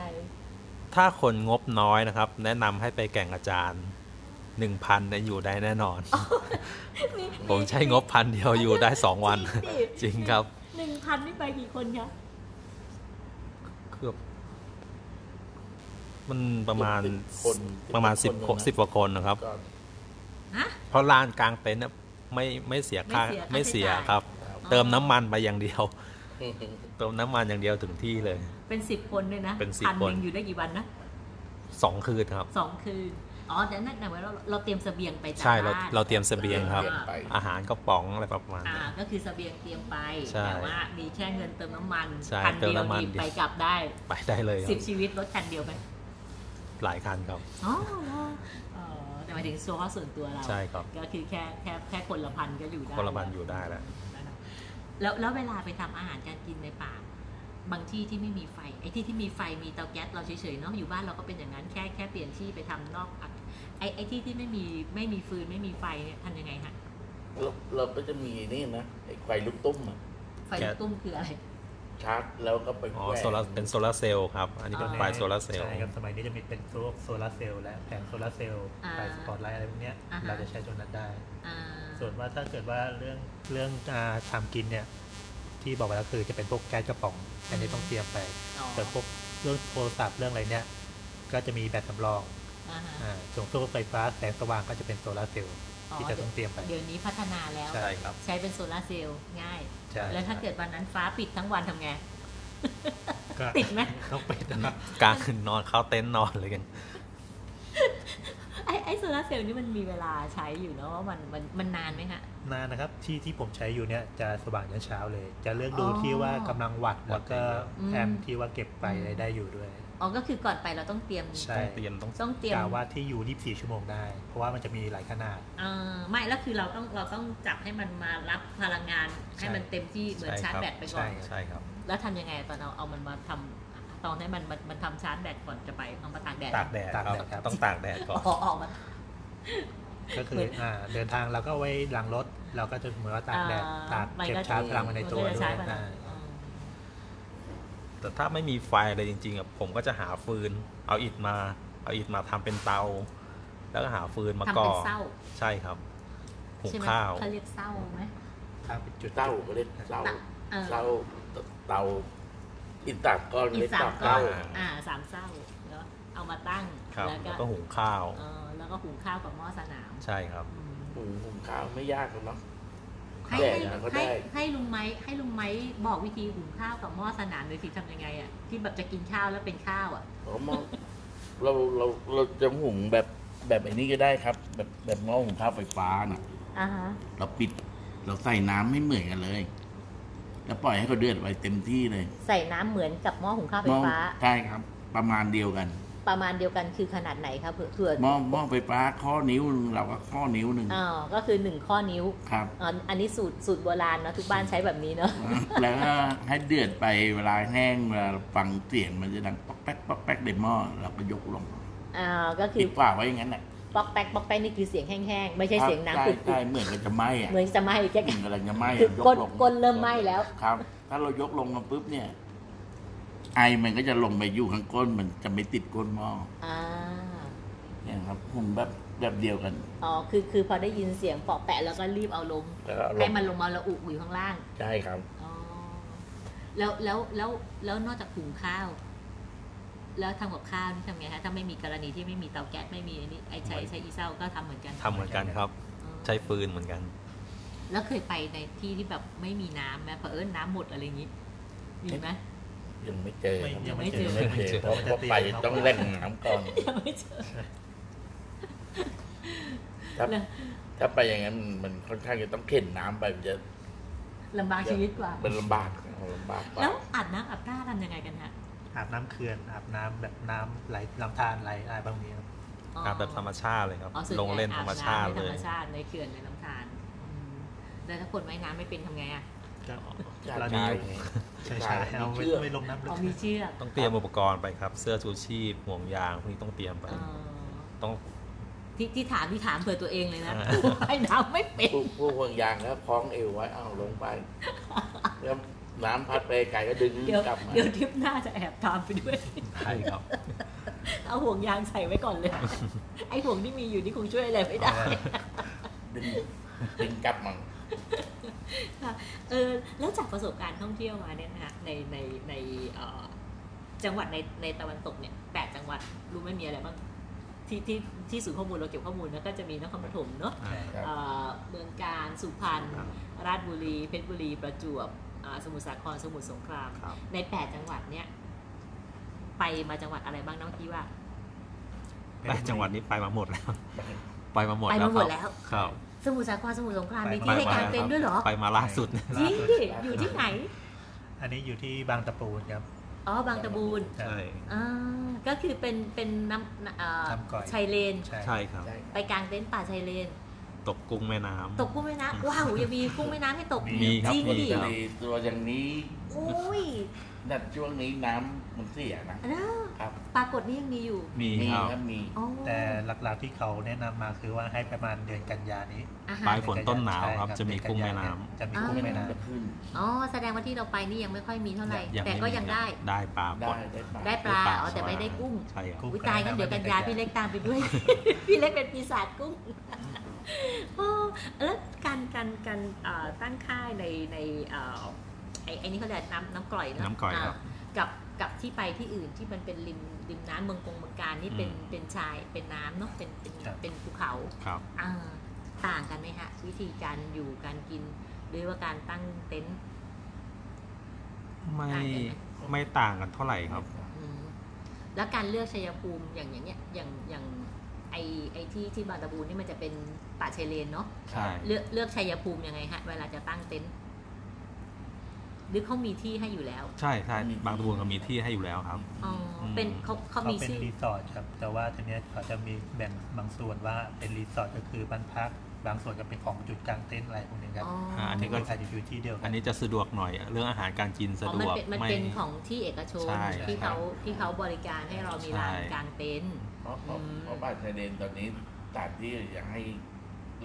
S3: ถ้าคนงบน้อยนะครับ แนะนำให้ไปแก่งอาจารย์หนึ่งพันยอยู่ได้แน่นอน ผมใช้งบพันเดียวอยู่ได้สองวัน จริงครับ
S1: หนึ่งพันนี่ไปกี่คนคะ
S3: เกือบมันประมาณ
S2: 10คน
S3: ประมาณ
S2: 10
S3: สิบ
S2: คนนะ
S3: สิบกว่าคนนะครับ
S2: ก็ [LAUGHS]
S1: ฮะ
S3: เพราะลานกลางเต็นท์น่ะไม่ไม่เสียค่า
S1: ไม่
S3: ไม่
S1: เสี
S3: เสี
S1: ย
S3: ย
S1: ค่าใช้จ่าย
S3: ครับ เติมน้ำมันไปอย่างเดียว [LAUGHS]
S2: ครับ
S3: เติมน้ำมันอย่างเดียวถึงที่เลย
S1: เป็นสิบคนเลยนะ
S3: เป็น10
S1: พัห
S3: คน
S1: งอยู่ได้กี่วันนะ
S3: สองคืนครับ
S1: สองคืน อ๋อแต่นั่นหมายว่าเราเราเตรียมเสบียงไปจก
S3: ใช่เรา
S1: บ้น
S3: เราเตรียมเสบียงครับ
S1: อ่า
S2: ไป
S3: อาหารกระป๋องอะไรประมาณ
S1: อ่า
S3: เนี้ย
S1: ก็คือเสบียงเตรียมไป
S3: ใช่
S1: แต่ว่ามีแค่เงินเติมน้ำมัน
S3: ใช่
S1: คัน
S3: เติ
S1: เดี
S3: ม
S1: ยว
S3: น้ำมัน
S1: นี่
S3: ดิ
S1: ไปกลับได้
S3: ไปได้เลยค
S1: สิ
S3: รั
S1: บบ ชีวิตรถคันเดียวไหม
S3: หลายคันครับ
S1: อ๋อเหรออ๋อแต่หมายถึงโซฮอส่วนตัวเรา
S3: ใช่ครับ
S1: ก็คือแค่แค่แค่คนละพันก็อยู่ได้
S3: คนละบันอยู่ได้แล้ว
S1: นะครับแล้วแล้วเวลาไปทำอาหารการกินในป่า บางที่ที่ไม่มีไฟไอ้ที่ที่มีไฟมีเตาแก๊สเราเฉยๆเนาะอยู่บ้านเราก็เป็นอย่างนั้นแค่แค่เปลี่ยนที่ไปทำนอกอาไอ้ไอ้ที่ที่ไม่มีไม่มีฟืนไม่มีไฟเนี่ยทำยังไงฮะ
S2: เราเราก็จะมีนี่นะไอ้ไฟลุกตุ้มอะ
S1: ไฟ
S3: แก๊ส
S1: ตุ้มคืออะไร
S2: ชาร์จแล้วก็ไป
S3: อ๋อ
S2: แขวน
S3: โซลาเป็นโซลาเซลล์ครับ อันนี้เป็น
S1: อ๋อ
S3: ไฟโซลาเซลล์
S4: ใช่ครับสมัยนี้จะมีเป็นตัวโซลาร์เซลล์และแผงโซลาร์เซลล์
S1: อ่า
S4: ไฟสปอตไลท์อะไรพวกเนี้ย
S1: อ่าฮะ
S4: เราจะใช้ตัวนั้นได้
S1: อ่า
S4: ส่วนว่าถ้าเกิดว่าเรื่องเรื่องอ่าทำกินเนี่ยที่บอกไปแล้วคือจะเป็นพวกแก๊สกระป๋องอันนี้ต้องเตรียมไป
S1: อ๋อ
S4: แต่พวกเรื่องโทรศัพท์เรื่องอะไรเนี่ยก็จะมีแบตสำรอง
S1: อ่าฮะ
S4: อ่าส่วนตู้ไฟฟ้าแสงสว่างก็จะเป็นโซลาร์เซลล์
S1: อ๋อ
S4: ที่จะต้องเตรียมไป
S1: เดี๋ยวนี้พัฒนาแล้ว
S4: ใช่ครับ
S1: ใช้เป็นโซลาร์เซลล์ง่าย
S4: ใช่
S1: แล้วถ้าเกิดวันนั้นฟ้าปิดทั้งวันทำไง
S4: ก็
S1: ติดไหม
S4: ต้องไปดนะ
S3: กลางคืนนอนเข้าเต็นท์นอนเลยกัน
S1: ไอ้ไอ้โซลาร์เซลล์นี่มันมีเวลาใช้อยู่เนาะมันมันมันนานไหมฮะ
S4: นานนะครับที่ที่ผมใช้อยู่เนี่ยจะสว่างยันเช้าเลย จะเลือกดู
S1: อ๋อ
S4: ที่ว่ากำลังวัด
S3: วั
S4: แล้ว
S3: ด
S4: ก็
S3: ได้เยอะ
S1: อืม
S4: แอมที่ว่าเก็บไปอะไรได้อยู่ด้วย
S1: อ๋อก็คือก่อนไปเราต้องเตรียม
S4: ใช่
S3: ต้องเตรียมต้อง
S1: ต้องเตรียม
S4: กาว่าที่อยู่ 24 ชั่วโมงได้ เพราะว่ามันจะมีหลายขนาด
S1: เอ่อไม่แล้วคือเราต้องเราต้องจับให้มันมารับพลังงานให้มันเต็มที่เหมือน
S3: ใช่
S1: ชาร์จ
S3: ครั
S1: แบต
S3: บ
S1: ไปก่อน
S3: ใช่ครับ
S1: แล้วทำยังไงตอนเอาเอามันมาทำตอนให้มันมันมันทำชาร์จแบตก่อนจะไปเอามาตากแดด
S3: ตากแดด
S4: ตาก
S3: ครับ
S4: แดดครับ
S3: ต้องตากแดดก่อน
S1: อ๋อออกมา
S4: ก็คื
S1: เหมื
S4: อ
S1: อน
S4: อ่าเดินทางเราก็เอาไว้หลังรถ เราก็จะเหมือนว่าตากแดด
S1: อ่
S4: ตาก
S1: มัน
S4: เก็บ
S1: จะ
S4: ชาร์จพลังมาในตัว
S1: มัก็
S4: ด้
S1: จะ
S4: ว
S1: ชาย ร์จพลัง
S4: อ่า
S1: อ๋อ
S3: แต่ถ้าไม่มีไฟอะไรจริงๆอ่ะผมก็จะหาฟืน เอาอิฐมา เอาอิฐมาทำเป็นเตา แล้วก็หาฟืนมา
S1: ทำ
S3: ก่
S1: เป็
S3: อน
S1: เศร้า
S3: ใช่ครับหุง
S1: ใช่ไหม
S3: ข้าว
S1: เขาเรียกเศร้าไหม
S4: ทางเป็นจุด
S2: เต้าก็เรียกเต้า
S1: เออ
S2: เต้าเตาอินตากก้อน
S1: อี
S2: เรียก
S1: สาม
S2: ตาก
S1: ก้อ
S2: เต้าน
S1: อ่าสามเศร้าเนาะเอามาตั้ง
S3: ครับ
S1: แล้ว
S3: แล้ว
S1: ก็
S3: ก็หุงข้าว
S1: เออแล้วก็หุงข้าวกับหม้อสนาม
S3: ใช่ครับ
S1: อืม
S2: หุงหุงข้าวไม่ยากหรอกเนาะ
S1: ให้
S2: แดด
S1: ให้
S2: นะก็ได้
S1: ให้ให้ลุงไม้ให้ลุงไม้บอกวิธีหุงข้าวกับหม้อสนามหน่อยสิทำยังไงอ่ะที่แบบจะกินข้าวแล้วเป็นข้าวอ่ะ
S2: เพราะหม้อเราเราเราจะหุงแบบแบบไอ้นี้ก็ได้ครับ แบบแบบหม้อหุงข้าวไฟฟ้าน่ะ
S1: อ่าฮะ
S2: เราปิด เราใส่น้ำไม่เหมือนกันเลย แล้วปล่อยให้เขาเดือดไปเต็มที่เลย
S1: ใส่น้ำเหมือนกับหม้อหุงข้าวไฟ
S2: หม้อ
S1: ฟ้า
S2: ใช่ครับ ประมาณเดียวกัน
S1: ประมาณเดียวกันคือขนาดไหนครับเผื่อเผื่อ
S2: หม้อหม้อไฟฟ้าข้อนิ้วหนึ่งเราก็ข้อนิ้วหนึ่ง
S1: อ๋อก็คือหนึ่งข้อนิ้ว
S2: ครับ
S1: อ๋ออันนี้สูตรสูตรโบราณเนอะทุกบ้านใช้แบบนี้เนาะ
S2: [LAUGHS] แล้วก็ให้เดือดไปเวลาแห้งเวลาฟังเสียงมันจะดังป๊อกแป๊กป๊อกแป๊กในหม้อเราก็ยกลง
S1: อ่าก็คื
S2: ปิ
S1: อ
S2: ดฝาไว้อย่างนั้นแหละ
S1: ป๊อกแป๊กป๊อกแป๊กนี่คือเสียงแห้งๆไม่ใช่เสียง
S2: ใช่
S1: น้ำปุด
S2: ใช่เหมือนกันจะไหม้
S1: ๆ
S2: อะ
S1: เหมือนจะไหม้แค่
S2: เหมือนกำลังจะไหม้
S1: คื
S2: อะ
S1: อย ก้น
S2: ลง
S1: ก้นเริ่มไหม้แล้ว
S2: ครับ ถ้าเรายกลงมาปุ๊บเนี่ย ไอมันก็จะลงไปอยู่ข้างก้นมันจะไม่ติดก้นหม้อ
S1: อ่า
S2: เนี่ยครับหุงแบบแบบเดียวกัน
S1: อ๋อคือคือพอได้ยินเสียงปอกแปะแล้วก็รีบเอาลง
S2: แล้วก็เอาล
S1: ให้
S2: ง
S1: มันลงมาระอุอยู่ข้างล่าง
S2: ใช่ครับ
S1: อ๋อ แล้วแล้วแล้วแล้วนอกจากหุงข้าว แล้วทำกับข้าวนี่ทำไงฮะ ถ้าไม่มีกรณีที่ไม่มีเตาแก๊สไม่มีอันนี้ไอ้ใช้ใช้อีเซาก็ทำเหมือนกัน
S3: ทำเหมือนกันครับ
S1: อ๋อ
S3: ใช้ฟืนเหมือนกัน
S1: แล้วเคยไปในที่ที่แบบไม่มีน้ำไหมเผอิญน้ำหมดอะไรอย่างนี้ มีไหม
S2: ยังไม่เจอครับ
S1: ยั
S4: ยังง
S1: ไม่
S4: ไม่
S1: เจอ
S4: เจอ
S2: ไม่เจอเพราะว่าไปต้องแล่นน้ำก่อน
S1: ยังไม่เจอ
S2: ถ้า
S1: แล้ว
S2: ถ้าไปอย่างนั้นมันค่อนข้างจะต้องเข็นน้ำไปมันจะ
S1: ลำบากชีวิตกว่า
S2: มันลำบากลำบากกว่า
S1: แล้วอาบน้ำอาบท่าทำยังไงกันฮะ
S4: อาบน้ำเขื่อนอาบน้ำแบบน้ำไหลลำธารไหลอะไรบางนี้ครับ
S3: อาบแบบธรรมชาติเลยครับ
S1: อ๋อส่วให
S3: ล
S1: ญ่
S3: งเล่นธรรมชาติ
S1: อ
S3: เล
S1: บน้ำในธรร
S3: ย
S1: มชาติในเขื่อนในลำธารอืมแล้วถ้าคนว่ายน้ำไม่เป็นทำไงอ่ะ
S4: ก็เรา
S2: ชา
S4: มี
S2: ย
S4: ใช่ใช่เอาไม่
S2: เชื่อ
S4: ไม่ลงน้ำลึ
S1: อ๋อก มีเชือก
S3: ต้องเตรียมอุปกรณ์ไปครับ เสื้อชูชีพห่วงยางพวกนี้ต้องเตรียมไป
S1: เอ่อ
S3: ต้อง
S1: ที่ที่ถามที่ถามเผื่อตัวเองเลยนะ
S3: อ่า
S1: [LAUGHS] ว่ายน้ำไม่เป็น
S2: พวกพวกห่วงยางแล้วคล้องเอวไว้เอาลงไปแล้วน้ำพัดไปไก่ก็ดึง
S1: เดี๋ยว
S2: กลับมา
S1: เดี๋ยวทริปหน้าจะแอบตามไปด้วย [LAUGHS]
S3: ใช่ครับ
S1: เอาห่วงยางใส่ไว้ก่อนเลย ไอห่วงที่มีอยู่นี่คงช่วยอะไรไม่ได้
S2: ดึงดึงกลับมา
S1: เออแล้วจากประสบการณ์ท่องเที่ยวมาเนี่ยนะฮะในในในเอ่อจังหวัดในในตะวันตกเนี่ยแปดจังหวัดรู้ไหม่มีอะไรบ้างที่ที่ที่ศูนย์ข้อมูลเราเก็บข้อมูลแล้วก็จะมีนครปฐมเนาะ
S2: ครับ
S1: เอ่อเมืองการสุพรรณ
S3: ครับ
S1: ราชบุรี เพชรบุรี ประจวบอ่าสมุทรสาครสมุทรสงคราม
S3: ครับ
S1: ใน 8 จังหวัดเนี่ย ไปมาจังหวัดอะไรบ้างน้องกี้ว่า
S4: ไป
S3: แปดจังหวัดนี้ไปมาหมดแล้ว ไปมาหมด
S1: ไป
S3: แล้ว
S1: มาหมดแล้ว
S3: ครับ
S1: สมุทรสาครสมุทรสงคราม
S4: ไป
S1: มี
S3: ค
S1: ที่
S3: บ
S1: ให้กางเต็นท์ด้วยเหรอ
S3: ไปมาล่าสุดเนี่ย
S1: จริงอยู่ที่ไหน
S4: อันนี้อยู่ที่บางตะปูนครับ
S1: อ๋อบางตะบูน
S3: ใช่
S1: อ่าก็คือเป็นเป็นน้ำเอ่อ
S4: น้ำก่อย
S1: ชายเลน
S4: ใช่
S3: ใช่ครับ
S2: ใช่
S1: ไปกางเต็นท์ป่าชายเลน
S3: ตกกุ้งแม่น้ำ
S1: ตกกุ้งแม่น้ำว้าวยังมีกุ้งแม่น้ำให้ตก
S3: มีครับ
S1: จริง
S3: มี
S1: ดิ
S3: ครับ
S2: ตัวอย่างนี้
S1: โอ้ย
S2: ดัดช่วงนี้น้ำมันเสียนะ
S1: อันนะ
S2: ครับ
S1: ปรากฏนี่ยังมีอยู่
S3: มี
S2: มี
S3: ครับ
S2: ครับมี
S1: อ๋อ
S4: แต่หลักๆที่เขาแนะนำมาคือว่าให้ประมาณเดือนกันยานี้
S1: อา
S3: ป
S1: หา
S3: ลาร ยฝนต้นหนาวครับ
S4: ใช่
S3: จะมีกุ้งแม่น้ำ
S4: จะมีกุ้ง
S2: ไม่
S4: แม่
S2: น่า
S4: น้ำ
S2: จะขึ้น
S1: อ๋อแสดงว่าที่เราไปนี่ยังไม่ค่อยมีเท่าไหร่
S3: ยัง
S1: แต่
S3: ม่
S1: ก็
S3: มี
S1: ยังได้
S3: ครับได้ปลา
S2: ได้
S3: ปด
S2: ได้
S1: ได้ปลาอ๋อแต่ไม่ได้กุ้ง
S3: ใช่ครับ
S4: กุ้ง
S1: อุ้ยตายกันเดี๋ยวกันยา
S4: ไม่
S1: พี่
S4: ได้
S1: เล็กตามไปด้วย [LAUGHS] พี่เล็กเป็นปีศาจกุ้ง [LAUGHS] โอ้แล้วการการการเอ่อตั้งค่ายในในเอ่อไอ้ไอ้นี่เขาเรียกน้ำน้ำกร่อยเะ
S3: น้ำกร่อยครับ
S1: ากับกับที่ไปที่อื่นที่มันเป็นริมริมน้ำเมืองกงเมืองการนี่เป็น
S3: อืม
S1: เป็นชายเป็นน้ำเนาะเป็นเป็น
S4: ครับ
S1: เป็นภูเขา
S3: ครับ
S1: อ่าต่างกันไหมฮะ วิธีการอยู่การกิน หรือว่าการตั้งเต็นท์
S3: ไม่
S1: ต่างกันไหม
S3: ไม่ต่างกันเท่าไหร่ครับ
S1: อืมแล้วการเลือกชัยภูมิอย่างอย่างเนี้ยอย่างอย่างไอไอที่ที่บางตะบูนนี่มันจะเป็นป่าชายเลนเนาะ
S3: ใช่
S1: เลือกเลือกชัยภูมิยังไงฮะเวลาจะตั้งเต็นท์หรือเขามีที่ให้อยู่แล้ว
S3: ใช่ใช่บางตะบูนก็มีที่ให้อยู่แล้วครับ
S1: อ๋อเป็น
S3: อืม
S1: เขาเขา
S4: เขา
S1: มี
S4: เป็น
S1: ชื่อ
S4: รีสอร์ทครับ แต่ว่าทีเนี้ยเขาจะมีแบ่งบางส่วนว่าเป็นรีสอร์ทก็คือบ้านพัก บางส่วนก็เป็นของจุดกลางเต็นท์อะไรพวกนี้ครับ
S1: อ๋อ
S3: อ่าอันนี้ก็
S4: ก็อาจจะอยู่ที่เดียวกั
S3: อันนี้จะสะดวกหน่อย เรื่องอาหารการกินสะ
S1: อ๋อ
S3: ด
S1: มัน
S3: วก
S1: เป็นมันเป็นของที่เอกชน
S3: ใช่
S1: ที่เขาที่เขาบริการให้เรามีลาน
S3: ใช่
S1: กลางเต็นท์
S2: เพราะเพราะ
S1: อืม
S2: เพราะบ้านชายเลนตอนนี้สถานที่อยากให้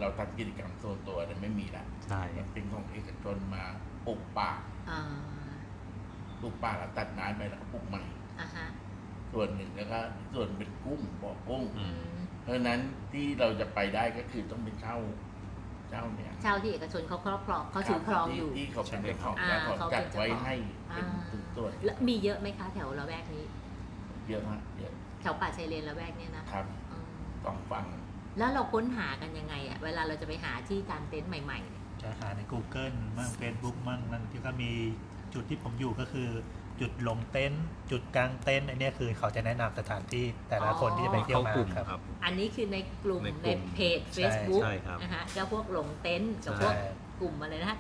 S2: เราทำกิจกรรมส่วนตัวเนี่ยไม่มีละ
S3: ใช่
S2: มันเป็นของเอกชนมาปลูกป่า
S1: อ่า
S2: ปลูกป่าแล้วตัดไม้ไปแล้วก็ปลูกใหม่
S1: อ่าฮะ
S2: ส่วนหนึ่งแล้วก็ส่วนเป็นกุ้งบ่อกุ้ง
S3: อื
S1: อื
S3: ม
S1: ม
S2: เพราะฉะนั้นที่เราจะไปได้ก็คือต้องเป็นเช่าเช่าเนี่ย
S1: เช่าที่เอกชนเขาครอบครองเขาถือครอง
S2: ที่
S1: อยู่
S2: ที่เขาเป็นเจ้าของแล้ว
S1: อ่า
S2: เขา
S1: เขาเป็น
S2: จัดไว้
S1: เจ้าของ
S2: ให้เป็น
S1: อ่า
S2: ถึงตัว
S1: แล้วมีเยอะไหมคะแถวละแวกนี้
S2: เยอะมากเยอะ
S1: แถวป่าชายเลนละแวกเนี้ยนะ
S2: ครับสองฝั่ง
S1: แล้วเราค้นหากันยังไงอะเวลาเราจะไปหาที่กางเต็นท์ใหม่ๆเนี่ย
S4: จะหาใน Google มั่ง Facebook มั่งนั่นที่ก็มีจุดที่ผมอยู่ก็คือ จุดลงเต็นท์จุดกลางเต็นท์อันเนี้ยคือเขาจะแนะนำสถานที่แต่ละคนที่จะไปเที่ยว
S3: เข้า
S4: มา
S3: กลุ่มครับ
S1: อันนี้คือในกลุ่ม
S3: ในก
S1: ใน
S3: ลุ่ม
S1: เพจ Facebook
S3: ใช่ครับ
S1: นะฮะก็พวกหลงเต็นท์กับพว
S3: ใช่
S1: กกลุ่มอะไรนะฮะ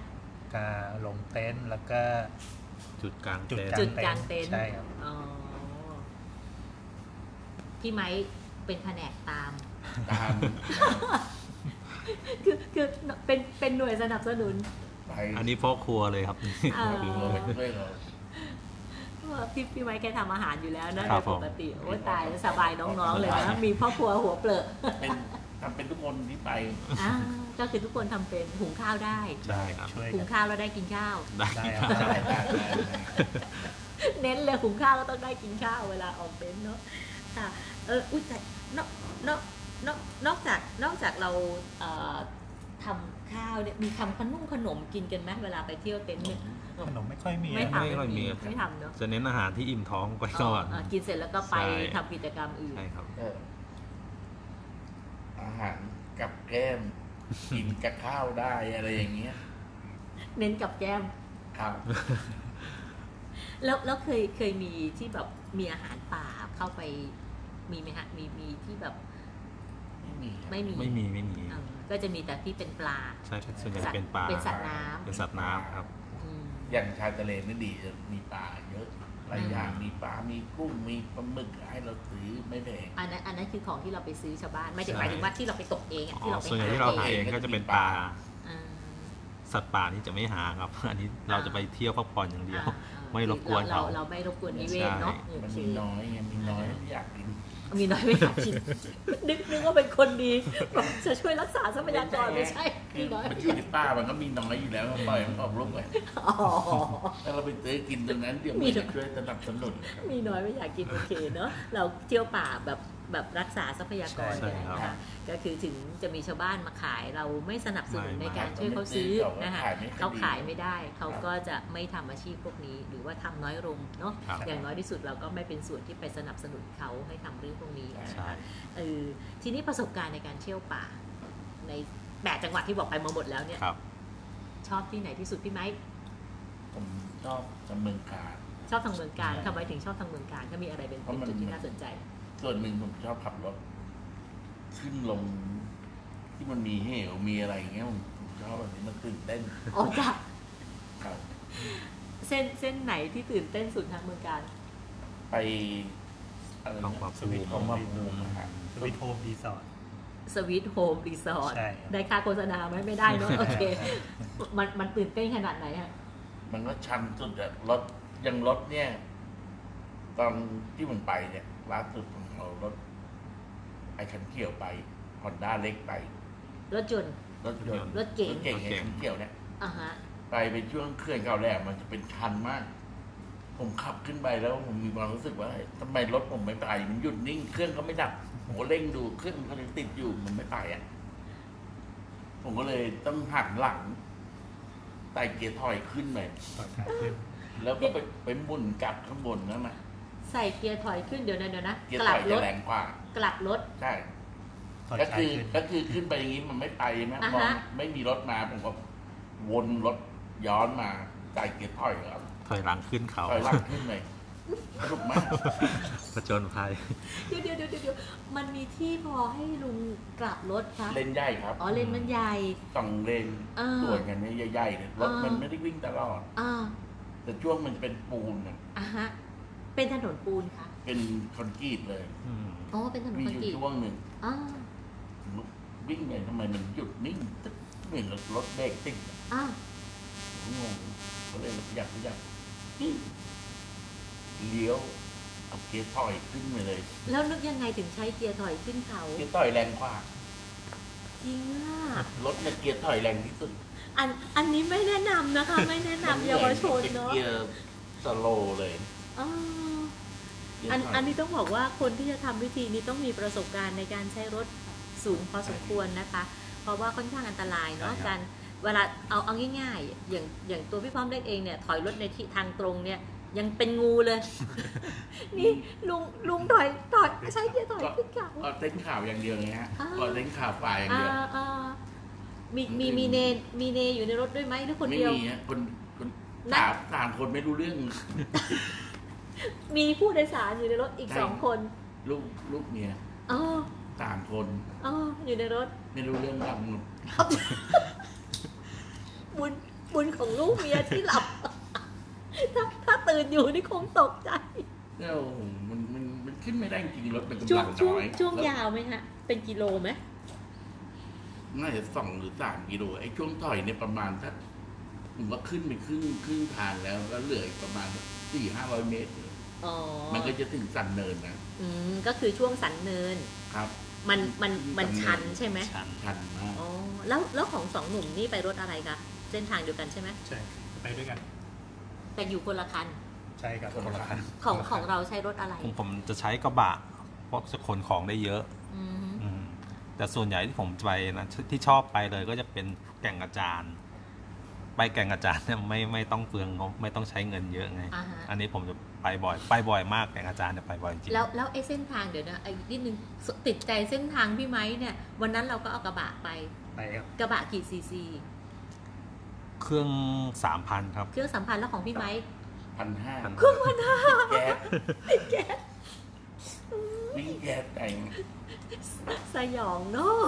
S4: กาลงเต็นท์แล้วก็
S3: จุดกลาง
S4: จุด
S3: เต็น
S4: กลา
S1: จุดกาง
S3: ท์
S4: ง
S1: เต็นท์
S4: ใช่ครับ
S1: อ๋อพี่ไม้เป็นแผนกตาม
S2: ตาม
S1: [LAUGHS] คือคือเป็นเป็นหน่วยสนับสนุน
S2: ไป
S3: อันนี้พ่อครัวเลยครับ
S1: เอ่อ
S2: คือเราไปช่วยเรา
S1: พี่พี่ไม้แกทำอาหารอยู่แล้วนะครับ โดยปกติโอ้ยตายแล้วสบายน้องๆเลยนะ มีพ่อครัวหัวเปลือก [LAUGHS]
S2: เป็นทำเป็นทุกคนที่ไป
S1: อ่าก็คือทุกคนทำเป็นหุงข้าวได้
S3: ใช่ครับ
S4: ช่วย
S1: หุ
S4: กั
S1: ง
S4: น
S1: ข้าวแล้วได้กินข้าว [LAUGHS]
S3: ได้
S4: ได้
S3: ค
S4: ครั
S3: รั
S4: บบ
S2: ได้ได้ได้ได้
S1: เน้นเลยหุงข้าวก็ต้องได้กินข้าวเวลาออกเต็นท์เนาะค่ะเอออุ้ยแต่นอกนอกนอกนอกจากนอกจากเราเอ่อทำข้าวเนี่ยมีทำขนมขนมกินกันไหมเวลาไปเที่ยวเต็นท์เนี่ย
S4: ขนมไม่ค่อยมี
S1: ไม่
S4: ครับ
S1: ทำ
S3: ไม่ค่อยมี
S1: ไม่ทำเนาะ
S3: จะเน้นอาหารที่อิ่มท้องไปก่อน
S1: เออกินเสร็จแล้วก็ไป
S3: ใช่
S1: ทำกิจกรรมอื่น
S3: ใช่ครับ
S2: เอออาหารกับแก้มกินกับข้าวได้อะไรอย่างเงี้ย
S1: เน้นกับแก้ม
S2: ครับ
S1: แล้วแล้วเคยเคยมีที่แบบมีอาหารป่าเข้าไปมีไหมฮะมีมีที่แบบ
S2: ไม่มีครับ
S1: ไม่มี
S3: ไม่มีไม่มี
S1: เออก็จะมีแต่ที่เป็นปลา
S3: ใช่ส่วนใหญ่
S1: สัตว์
S3: เป็นปลา
S1: เป็นสัตว์น้ำ
S3: เป็นสัตว์น้ำครับ
S1: อืม
S2: อย่างชายทะเลนี่ดีจะมีปลาเยอะหลายอย่าง
S3: อืม
S2: มีปลา มีกุ้ง มีปลาหมึกให้เราซื้อไม่แพง
S1: อันนั้นอันนั้นคือของที่เราไปซื้อชาวบ้านไม่ถึงห
S3: ใช่
S1: มายถึงว่าที่เราไปตกเองอะ
S3: อ๋
S1: ที่เราไป
S3: อส่วนใหญ่
S1: หา
S3: ที่เรา
S1: เอ
S3: หางเองก็จะเป็นปลา
S1: อ่า
S3: สัตว์ป่านี่จะไม่หาครับ [LAUGHS] อันนี้เราจะไปเที่ยวพักผ่อนอย่างเดียว
S1: อ่า
S3: ไม่รบกวน
S1: เรา
S3: เขา
S1: เราไม่รบกวนนิเวศเนาะโอ
S2: มัน
S1: เค
S2: มีน้อยไงมีน้อยไม่อยากกิน
S1: มีน้อยไม่อยากกิน [LAUGHS] นึกนึกว่าเป็นคนดี [LAUGHS] บอกจะช่วยรักษาทรัพยากรไม่ใช่
S2: คื
S1: มี
S2: อ
S1: น้อย
S2: มันอยู่ในป่ามันก็มีน้อยอยู่แล้วปล่อยมันออกลูกไป
S1: อ๋อ
S2: ถ้าเราไปซื้อกินตรงนั้นเดี๋ยวมันจะช่วยสนับสนุนครับ
S1: มีน้อยไม่อยากกินโอเคเนาะเราเที่ยวป่าแบบแบบรักษาทรัพยากร
S3: ใช่
S1: เนี่ย
S3: ครับ
S1: นะคะก็คือถึงจะมีชาวบ้านมาขายเราไม่สนับสนุนในการช่วยเขาซื้อนะคะ
S2: ขายไม่
S1: เขา
S2: ดี
S1: ขายไม่ได้เขาก็จะไม่ทำอาชีพพวกนี้ หรือว่าทำน้อยลงเนาะ
S3: ครับ
S1: อย่างน้อยที่สุดเราก็ไม่เป็นส่วนที่ไปสนับสนุนเขาให้ทำเรื่องพวกนี้นะ
S3: ใช่
S1: เออทีนี้ประสบการณ์ในการเที่ยวป่า ในแปดจังหวัดที่บอกไปมาหมดแล้วเนี่ย
S3: ครับ
S1: ชอบที่ไหนที่สุดพี่ไมค์
S2: ผมชอบจำเมืองกาญ
S1: ชอบทางเมืองการ
S2: ใช่
S1: ทำไมถึงชอบทางเมืองการถ้ามีอะไรเป็น
S2: เพราะมัน
S1: จุดที่น่าสนใจ
S2: ส่วนหนึ่งผมชอบขับรถ ขึ้นลง ที่มันมีเหวมีอะไรอย่างเงี้ยผมชอบแบบนี้มันตื่นเต้น
S1: อ๋อจ้ะ
S2: ครับ
S1: เส้นเส้นไหนที่ตื่นเต้นสุดทางเมืองการ
S2: ไปอะไรนะ
S3: ของความสูง
S2: ของความสูงนะครับ
S4: สวิตโฮมดีสอร์ท
S1: สวีทโฮมรีสอร์ท
S4: ใช่ครับ
S1: ได้ค่าโฆษณาไหมไม่ได้
S4: [LAUGHS]
S1: เนอะโอเค มันมันตื่นเต้นขนาดไหนฮะ
S2: มันก็ชันสุดอะรถอยังรถเนี่ย ตอนที่ผมไปเนี่ยล่าสุดผมเอารถ ไอ้คันเขียวไปฮอนด้าเล็กไป
S1: รถยนต์
S2: รถยนต์
S1: รถเก๋ง
S2: รถเก่งไอ้คันเขียวเนี่ย
S1: อ่ะฮะ
S2: ไปเป็นช่วงเคลื่อนก้าวแรกมันจะเป็นชันมาก ผมขับขึ้นไปแล้วผมมีความรู้สึกว่าทำไมรถผมไม่ไปมันหยุดนิ่งเครื่องก็ไม่ดับผมก็เร่งดูเครื่องมันก็ยังติดอยู่มันไม่ไปอ่ะ ผมก็เลยต้องหักหลังไต่เกียร์ถอยขึ้นไป
S4: ตอนขาขึ้น
S2: แล้วก็ไปไปหมุนกลับข้างบนนั่นนะ
S1: ใส่เกียร์ถอยขึ้นเดี๋ยวนะเดี๋ยวนะ
S2: เกียร์
S1: ก
S2: ถ
S1: ลั
S2: อบ ย
S1: ร
S2: จะ
S1: ถ
S2: แรงกว่า
S1: กลับรถ
S2: ใช่
S4: ตอน
S2: ก็
S4: ขา
S2: คือ
S4: ขึ้น
S2: ก็คือขึ้นไปอย่างนี้มันไม่ไปใช่ไหม
S1: อ่าฮะ
S2: มองไม่มีรถมาผมก็วนรถย้อนมาไต่เกียร์ถอยครับ
S3: ถอยหลังขึ้นเขา
S2: ถอยห
S3: [LAUGHS]
S2: ลังขึ้นเลยสนุกมาก
S3: ผจญภัย
S1: เดี๋ยวเดี๋ยวเดี๋ยวเดี๋ยวมันมีที่พอให้ลุงกลับรถคะ
S2: เลนใหญ่ครับ
S1: อ๋อเลนมันใหญ่
S2: สองเลน
S1: เออ
S2: ส่วนกันเนี่ยใหญ่ๆเนี่ยรถ
S1: เออ
S2: มันไม่ได้วิ่งตลอด
S1: อ่า
S2: แต่ช่วงมันเป็นปูนน่ะ
S1: อ่ะฮะ เป็นถนนปูนค่ะ
S2: เป็นคอนกรีตเลย
S3: อืม
S1: อ๋อเป็นถนน
S2: มี
S1: คอ
S2: อ
S1: ก
S2: น ยู่
S1: รีต
S2: ช่วงหนึ่ง
S1: อ่า
S2: ผมวิ่งไปทำไมมันหยุดนิ่งตึ๊บเหมือนรถเบรกติด
S1: อ่า
S2: ผมงงก็เลยขยับขยับอื้อเลี้ยวเอาเกียร์ถอยขึ้นไปเลย
S1: แล้วนึกยังไงถึงใช้เกียร์ถอยขึ้นเขา
S2: เกียร์ถอยแรงกว่า
S1: จริงอ่ะ
S2: รถเนี่ยเกียร์ถอยแรงที่สุด
S1: อันอันนี้ไม่แนะนำนะคะ ไม่แนะนำเยาวชนเนาะ
S2: มัหมือป็เกียร์สโลว์เลย
S1: อ๋อ
S2: เกียร์
S1: อัน
S2: ถย
S1: อันนี้ต้องบอกว่าคนที่จะทำวิธีนี้ต้องมีประสบการณ์ในการใช้รถสูงพอสมควรนะคะ เพราะว่าค่อนข้างอันตรายเนาะ
S4: ใช่ครับ
S1: การเวลาเอาเอาง่ายๆ อย่างอย่างตัวพี่พร้อมเล็กเองเนี่ยถอยรถในที่ทางตรงเนี่ย ยังเป็นงู
S2: [LAUGHS]
S1: เลย นี่ลุงลุงถอยถอยใช้เกียร์ถอยขึ้นเขา
S2: ก็เต้นข่าวอย่างเดียวไงฮะ
S1: อ่า
S2: ก็เต้นข่าวฝ่ายอย่าง
S1: อ่า
S2: เดียว
S1: อ่ามีมีมีเนมีเนอยู่ในรถด้วยไหมหรือคน
S2: ไม่
S1: เดียว
S2: มีฮะคนคน
S1: นะ
S2: สามสามคนไม่รู้เรื่อง
S1: มีผู้โดยสารอยู่ในรถอีก
S2: ใช่
S1: สองคน
S2: ลูกลูกเมีย
S1: อ๋อ
S2: สามคน
S1: อ๋ออยู่ในรถ
S2: ไม่รู้เรื่องดังหมด
S1: บุญบุญของลูกเมียที่หลับ [LAUGHS] ถ้าถ้าตื่นอยู่นี่คงตกใจ
S2: เนี่ยโอ้โหมันมันมันขึ้นไม่ได้จริงรถมันกำ
S1: ช่ว
S2: ลั
S1: ง
S2: ง
S1: ช่วง
S2: น้อย
S1: ช่วง
S2: แล้ว
S1: ยาวไหมฮะ เป็นกิโลไหม
S2: น่าจะสองหรือสามกิโลไอ้ช่วงถอยเนี่ยประมาณสักผมว่าขึ้นไปครึ่งครึ่งทางแล้วก็เหลืออีกประมาณสี่ห้าร้อยเมตร
S1: อ๋อ
S2: มันก็จะถึงสันเนินนะ
S1: อืมก็คือช่วงสันเนิน
S2: ครับ
S1: มันมันมัน
S2: สันเนิ
S1: ชั
S2: น
S1: นใช่ไหม
S3: ชัน
S2: ชันมาก
S1: อ๋อแล้วแล้วของสองหนุ่มนี่ไปรถอะไรคะเส้นทางเดียวกันใช่ไหม
S4: ใช่ไปด้วยกัน
S1: แต่อยู่คนละคัน
S4: ใช่ครับ
S2: คนละคัน
S1: ของของเราใช้รถอะไร
S3: ผมผมจะใช้กระบะเพราะจะขนของได้เยอะ
S1: อืม
S3: อืมแต่ส่วนใหญ่ที่ผมไปนะที่ที่ชอบไปเลยก็จะเป็นแก่งกระจานไปแก่งกระจาน [LAUGHS] เนี่ยไม่ไม่ต้องเปลืองงบไม่ต้องใช้เงินเยอะไง
S1: อ่าฮะ
S3: อันนี้ผมจะไปบ่อย ไปบ่อยมากแก่งกระจานเนี่ยไปบ่อยจริง
S1: แล้วแล้วไอ้เส้นทางเดี๋ยวนะไอ้นิดนึงสติดใจเส้นทางพี่ไม้เนี่ย วันนั้นเราก็เอากระบะไป
S4: ไปครับ
S1: กระบะกี่ซีซี
S3: เครื่องสามพันครับ
S1: เครื่องสัมพันธ์แล้วของพี่ไม้
S2: พันห้า
S3: พัน
S1: เครื่องพันห้า
S2: แก๊สวิ่งแก๊สแต่ง
S1: สยองเนาะ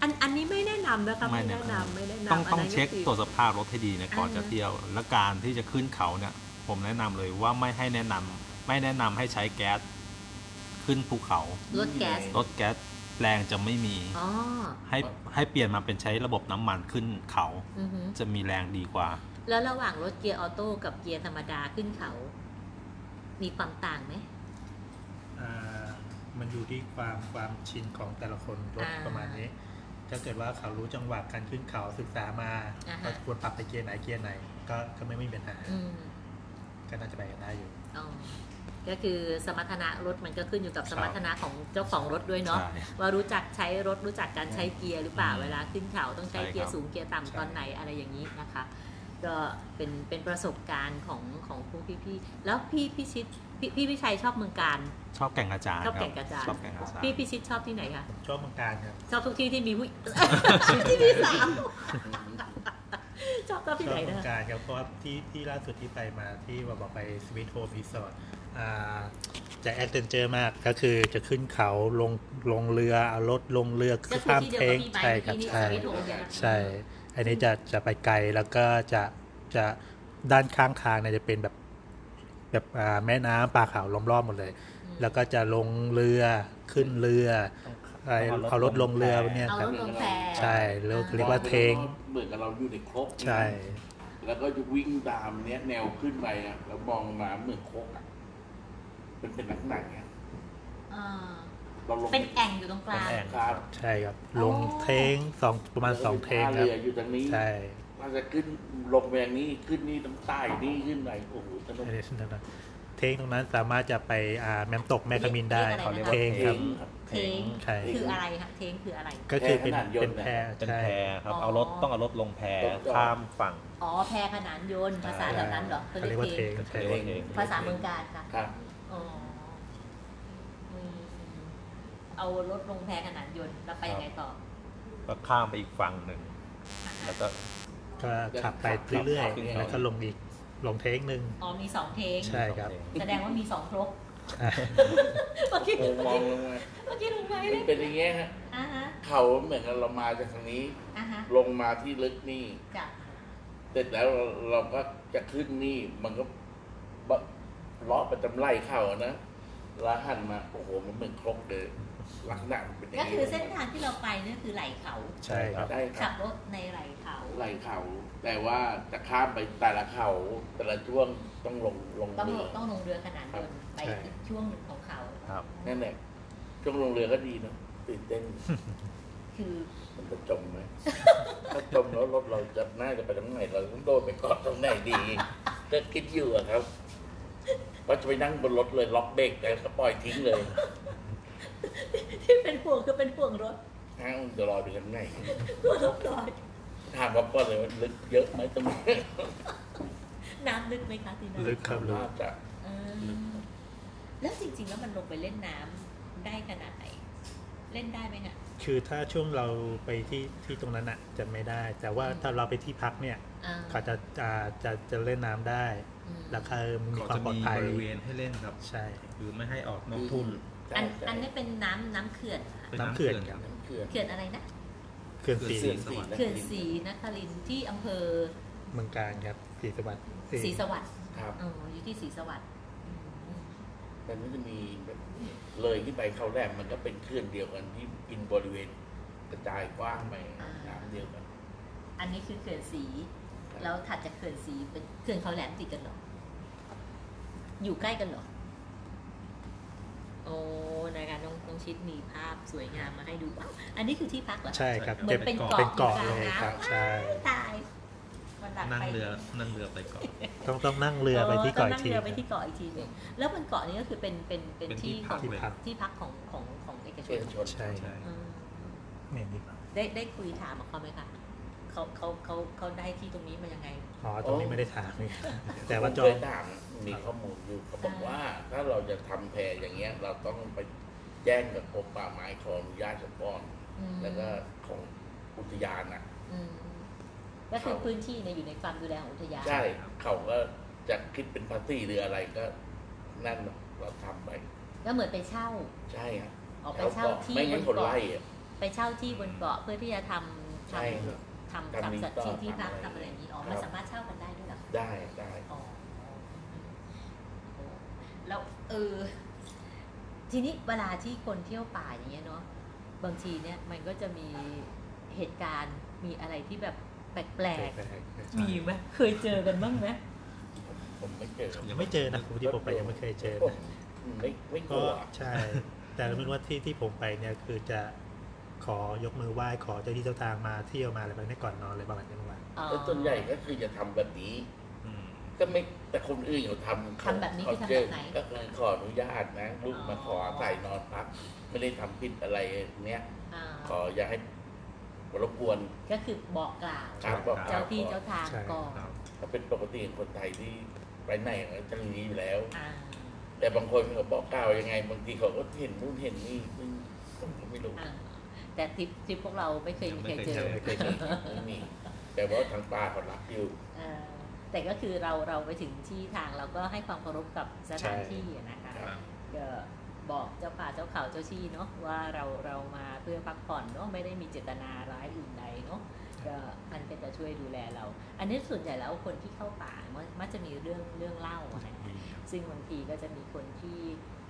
S1: อันอันนี้ไม่แนะนำนะคะไม่แนะนำไม่แนะนำ
S3: ต้องต้อง
S1: นนั้น
S3: เช็ค
S1: ก็คือ
S3: ตรวจสภาพรถให้ดีนะก่อน
S1: อ่า
S3: จะเที่ยว และการที่จะขึ้นเขาเนี่ย ผมแนะนำเลยว่าไม่ให้แนะนำไม่แนะนำให้ใช้แก๊สขึ้นภูเขา
S1: รถแก๊ส
S3: รถแก๊สแรงจะไม่มี
S1: อ๋อ
S3: ให้ให้เปลี่ยนมาเป็นใช้ระบบน้ำมันขึ้นเขา
S1: อือหือ
S3: จะมีแรงดีกว่า
S1: แล้วระหว่างรถเกียร์ออโต้กับเกียร์ธรรมดาขึ้นเขา มีความต่างไหม
S4: อ่ามันอยู่ที่ความความชินของแต่ละคนรถ
S1: อ่า
S4: ประมาณนี้ ถ้าเกิดว่าเขารู้จังหวะการขึ้นเขาศึกษามา
S1: อ่าฮะ
S4: ว่าควรปรับไปเกียร์ไหนเกียร์ไหน ก็ก็ไม่มีปัญหา
S1: อืม
S4: ก็น่าจะไปกันได้อยู่
S1: อ๋อก็คือสมรรถนะรถมันก็ขึ้นอยู่กับสมรรถนะของเจ้าของรถด้วยเนาะ
S3: ใช่
S1: ว่ารู้จักใช้รถรู้จักการใช้เกียร์หรือเปล่า
S3: อืม
S1: เวลาขึ้นเขาต้องใช้
S3: ใช่ครับ
S1: เกียร์สูงเกียร์
S4: ใช่
S1: ต่ำตอนไหนอะไรอย่างนี้นะคะ ก็เป็นเป็นประสบการณ์ของของพวกพี่ๆแล้วพี่พี่ชิดพี่พี่วิชัยชอบเมืองการ
S3: ชอบแก่งอาจารย์
S1: ชอบแก่งกระจาน
S3: ชอบแก่งอาจาร
S1: พี่
S3: ย์
S1: พี่ชิดชอบที่ไหนคะ
S4: ผมชอบเมืองการครับ
S1: ชอบทุกที่ที่มีผู้ ที่มีสาวชอบชอบที่
S4: ช
S1: ไห
S4: อน บเมื
S1: นะ
S4: อง
S1: คะ
S4: การครับเพราะว่าที่ที่ล่าสุดที่ไปมาที่ว่าบอกไปสวีทโฮมรีสอร์ท อ่าจะแอดเวนเจอร์มากก็คือจะขึ้นเขาลงลงเรือเอารถลงเรือ
S1: ก็คือ
S4: ข้าม
S1: ที่เดียว
S4: เพล
S1: กับ
S4: ง
S1: พี่ไบค์
S4: ใช่ครับ
S1: ที่นี่
S4: ใช่
S1: ไม่ถูกเนี่ย
S4: ใช่ อันนี้จะจะไปไกลแล้วก็จะจะด้านข้างทางเนี่ยจะเป็นแบบแบบอ่าแม่น้ำป่าเขาล้อมรอบหมดเลย แล้วก็จะลงเรือขึ้นเรืออะไรเอารถลงเรือเนี่ย
S1: เอา
S4: ค
S1: ร
S4: รับ
S1: ถลงแพ
S4: ใช่เรียกเรียกว่าเทง
S2: เหมือนกับเราอยู่ในครก
S4: ใช่
S2: แล้วก็จะวิ่งตามเนี้ยแนวขึ้นไปอะแล้วมองมาเหมือนครกอะเป็นเป็นลักษณะเนี้ย
S1: อ่า
S2: เราลง
S1: เป็นแอ่งอยู่ตรงกลาง
S3: เป็นแอ่ง
S2: ครับ
S4: ใช่ครับ ลงเทงสองประมาณสองเทง
S2: แล้วก็มีท่า
S4: ครั
S2: เรื
S4: บ
S2: ออยู่ตรงนี้
S4: ใช่
S2: เราจะขึ้นลงไปอย่างนี้ขึ้นนี่ต้องใต้นี่ขึ้นไปโอ้โหสนุก
S4: อันนี้สนุกนะเทงตรงนั้นสามารถจะไปอ่าแมมตกแม่ขมินได้
S1: เขาเรียกว่า
S4: เทง
S2: เท
S4: ครับ
S2: งครับ
S1: เท้ง
S4: ใช่
S1: คืออะไรคะเท้งคืออะไร
S4: ก็คือเป็น
S2: แพขนาดยนต์
S4: เป็นแพ
S3: เป็น
S4: ใช่
S3: แพครับ เอารถต้องเอารถลงแพ
S2: รถจอด
S3: ข้ามฝั่ง
S1: อ๋อแพขนานยนต์ภาษาแถวนั้นเหรอ
S4: เขาเรียกว่าเทง
S3: ก็จะ
S4: ใช่
S3: เรียกว่าเทง
S1: ภาษาเมืองการค่ะ
S2: ครับ
S1: อ๋ออืมเอารถลงแพขนานยนต์แล้วไปยังไงต่อ
S3: ก็ข้ามไปอีกฝั่งหนึ่ง แล้วก็
S4: ก็ขับไปเรื่อยๆ แล้วก็ลงอีก ลงเทคหนึ่ง
S1: อ๋อมีสองเทง
S4: ใช่ครับ
S1: แสดงว่ามีสองครก
S4: ใช่
S1: เมื่อกี้
S2: โอ้มองลงมา
S1: เมื่อกี้ลงไปเล
S2: มัน
S1: ย
S2: เป็นอย่างเงี้ยฮะ
S1: อ่าฮะ
S2: เขาเหมือนกับเรามาจากทางนี้
S1: อ่าฮะ
S2: ลงมาที่ลึกนี่
S1: จ้ะ
S2: เสร็จแล้วเราเราก็จะขึ้นนี่ มันก็บะล้อประจำไล่เข้าอะนะแล้วหันมา โอ้โห มันเหมือนครกเลยลักษณะมันเป็นอย่าง
S1: ก็
S2: นี้
S1: คือเส้นทางที่เราไปเนี่ยคือไหล่เขา
S4: ใช่ครับ
S2: ได้ครั
S1: ขั
S2: บบ
S1: รถในไหล่เขา
S2: ไล่เขา แต่ว่าจะข้ามไปแต่ละเขา แต่ละช่วงต้องลงลง
S1: ต้อง
S2: เรือ
S1: ต้องลงเรือขนานยนต์ไป
S4: ใช่
S1: อีกช่วงหนึ่งของเขา
S3: ครับ
S2: นั่นแหละ ช่วงลงเรือก็ดีนะตื่นเต้น
S1: คือ [LAUGHS]
S2: มันจะจมไหม ถ้าจมแล้วรถเราจะน่าจะไปทางไหนเราต้องโดดไปเกาะตรงไหนดีก็คิดอยู่อะครับว่าจะไปนั่งบนรถเลยล็อกเบรกแล้วก็ปล่อยทิ้งเลย
S1: ที่เป็นห่วงคือเป็นห่วงรถ [LAUGHS]
S2: อ้าวจะลอยไปทางไหน
S1: ห่วงรถลอย
S2: ถามว่าป้อนเลยว่าลึกเยอะไหมตรงนี้
S1: น้ำลึกไหมคะทีนั้น
S4: ลึกครับลึก
S2: น่าจะ
S1: เออแล้วจริงๆ แล้วมันลงไปเล่นน้ำได้ขนาดไหน เล่นได้ไหมฮะ
S4: คือถ้าช่วงเราไปที่ที่ตรงนั้นอ่ะจะไม่ได้ แต่ว่าถ้าเราไปที่พักเนี่ย
S1: อ่า
S4: เขาจะจะจะจะเล่นน้ำได้
S1: อืม
S4: ราคามี
S3: เขา
S4: ความ
S3: จะ
S4: ปลอด
S3: มี
S4: ภั
S3: บ
S4: ย
S3: ริเวณให้เล่นครับ
S4: ใช่
S3: คือไม่ให้ออกนอกทุ่น
S1: อัน
S2: ใช่
S1: อันนี้เป็นน้ำน้ำเขื่อนเหรอคะ
S3: ป็
S4: น้ำเขื่อนครับ
S2: น้ำเขื่อน
S1: เขื่อนอะไรนะ
S4: เขื่อน
S3: เขื่อน
S4: สี
S3: สีสวรรค์
S1: เขื่อนศรีนครินทร์ที่อำเภอ
S4: เมืองการครับสีสวัสดิ์
S1: ศรีสวัสดิ์
S2: ครับ
S1: อ๋ออยู่ที่ศรีสวัสดิ์อืม
S2: แต่มันจะมีแบบเลยที่ไปเขาแรกมันก็เป็นเขื่อนเดียวกันที่กินบริเวณกระจายกว้างไปน้ำเดียวกัน
S1: อันนี้คือเขื่อนศรีแล้วถัดจากเขื่อนศรีเป็นเขื่อนเขาแหลมติดกันเหรอ อยู่ใกล้กันเหรอ โอ้นะคะน้องน้องชิดมีภาพสวยงามมาให้ดูว้าวอันนี้คือที่พักเหรอ
S4: ใช่ครับ
S1: เหมือนเป็นเกาะ
S4: เป็นเกาะเลย
S1: อยู่กลางน้ำ
S4: ครับ ใช่
S1: ตายวันหลัง
S3: นั่ง
S1: ไป
S3: เรือ นั่งเรือไปก่อน
S4: ต้องต้องนั่งเรือไปที่เกาะอีกที
S1: เออต้องนั่งเรือไปที่เกาะอีกทีหนึ่งแล้วบนเกาะนี้ก็คือเป็นเป็นเป็น
S3: เป็นที่
S1: ที่ขอก ง
S3: พั
S4: ที่พัก
S1: ที่พักของของของเอกช
S2: เขื่
S1: น
S2: อนชน
S4: ใช่
S3: ใช่
S1: อืม
S4: เนี่ยนี่
S1: ได้ได้คุยถามกับเขาไหมคะเขาเขาเขาเขาได้ที่ตรงนี้มายังไง
S4: อ๋อตรงนี้ไม่ได้ถามเลย [LAUGHS] แต่ว่าจอ
S2: ผมเค
S4: ง
S2: ยถามมีข้อมูลอยู่เขาบอกว่า ถ้าเราจะทำแพรอย่างเงี้ย เราต้องไปแจ้งกับกรมป่าไม้ขออนุญาตเฉพาะ
S1: อืม
S2: แล้วก็ของอุทยานอ่ะ
S1: อืมก็คือพื้นที่เนี่ยอยู่ในความดูแลของอุทยาน
S2: ใช่เขาก็จะคิดเป็นภาษีหรืออะไรก็นั่นเราทำไป
S1: แล้วเหมือนไปเช่า
S2: ใช่ครับ
S1: ออกไป
S2: เขา
S1: เช่า
S2: บอก
S1: ที่
S2: ไม่
S1: บ
S2: งั้น
S1: น
S2: คน
S1: เกาะ
S2: ไล่อะ
S1: ไปเช่าที่บนเกาะเพื่อที่จะทำท
S2: ใช่ครับ
S1: ำทำ
S2: ทำรี
S1: ทำ
S2: ส
S1: สั
S2: อ
S1: ต
S2: ร์
S1: ว์
S2: ท
S1: ที่ที่พัก
S2: ทำ
S1: ทำ
S2: อะ
S1: อะ
S2: ไร
S1: ไรอย่างนี้อ๋อ
S2: ครับ
S1: มันสามารถเช่ากันได้ด้วยเหรอ
S2: ได้ได้
S1: อ๋อแล้วเออทีนี้เวลาที่คนเที่ยวป่าอย่างเงี้ยเนาะบางทีเนี่ยมันก็จะมีเหตุการณ์มีอะไรที่แบบแปลกๆมีไหมเคยเจอกันบ้างไหม
S2: ผมไม่เจอ
S4: ยังไม่เจอนะผมที่ผมไปยังไม่เคยเจอ
S2: ผ
S4: นะ
S2: มไม่ไม่ก
S4: ก็
S2: ลัว
S4: ใช่ แต่เราไม่รู้ว่าที่ที่ผมไปเนี่ยคือจะขอยกมือไหว้ขอเจ้าที่เจ้าทางมาเที่ยวมาอะไรแบบนี้ก่อนนอนอะไรประมาณนี้ประมาณ
S1: อ๋อ
S2: แล้วส่วนใหญ่ก็คือจะทำแบบนี้
S3: อืม
S2: ก็ไม่แต่คนอื่นเขาทำเขา
S1: ทำแบบนี้
S2: เขา
S1: คือทำแบบ
S2: เจ
S1: ไหน
S2: ก็คือขออนุญาตนะลูก
S1: อ๋อ
S2: มาขอใส่นอนพักไม่ได้ทำผิดอะไรเนี้ย
S1: อ่า
S2: ขออย่าให้รบกวน
S1: ก็คือบอกกล่าว
S2: ครับบอก
S1: เจ้าที่เจ้าทางก่อน
S2: เขาเป็นปกติของคนไทยที่ไปไหนก็จะอย่างนี้อยู่แล้ว
S1: อ่า
S2: แต่บางคนเขาบอกกล่าวยังไง บางทีเขาก็เห็นนู่นเห็นนี่ซึ่งผมก็ไม่รู้
S1: อ่าแต่ทริปทริปพวกเราไม่เคย
S3: ยัง
S1: ไม่
S3: ไม่
S1: เคย
S3: เคย
S1: เจอ
S3: เจอ
S2: ไม่มีแต่ว่าทางปลาเขารักอยู่
S1: เออ แต่ก็คือเราเราไปถึงที่ทางเราก็ให้ความเคารพกับสถาน
S4: ใช่
S1: ที่อะนะคะ
S2: ครับ
S1: ก็บอกเจ้าป่าเจ้าเขาเจ้าที่เนาะว่าเราเรามาเพื่อพักผ่อนเนาะไม่ได้มีเจตนาร้ายอื่นใดเนาะก็มันก็จะช่วยดูแลเรา อันนี้ส่วนใหญ่แล้วคนที่เข้าป่ามันมักจะมีเรื่องเรื่องเล่าอะนะ ซึ่งบางทีก็จะมีคนที่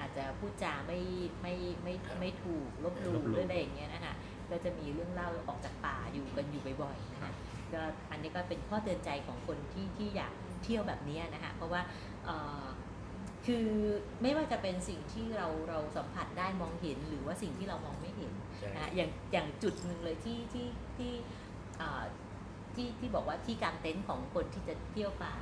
S1: อาจจะพูดจาไม่ไม่ไม่ไม่ถูกลบหลู่
S2: ลบหลู่
S1: หรืออะไรอย่างเงี้ยนะคะก็จะมีเรื่องเล่าออกจากป่าอยู่กันอยู่บ่อยๆนะ
S2: ครั
S1: คะ
S2: บ
S1: ก็อันนี้ก็เป็นข้อเตือนใจของคนที่ที่อยากเที่ยวแบบเนี้ยนะคะเพราะว่าเอ่อคือไม่ว่าจะเป็นสิ่งที่เราเราสัมผัสได้มองเห็นหรือว่าสิ่งที่เรามองไม่เห็น
S4: ใช่
S1: นะอย่างอย่างจุดหนึ่งเลยที่ที่ที่อ่าที่ที่บอกว่าที่กางเต็นท์ของคนที่จะเที่ยวป่า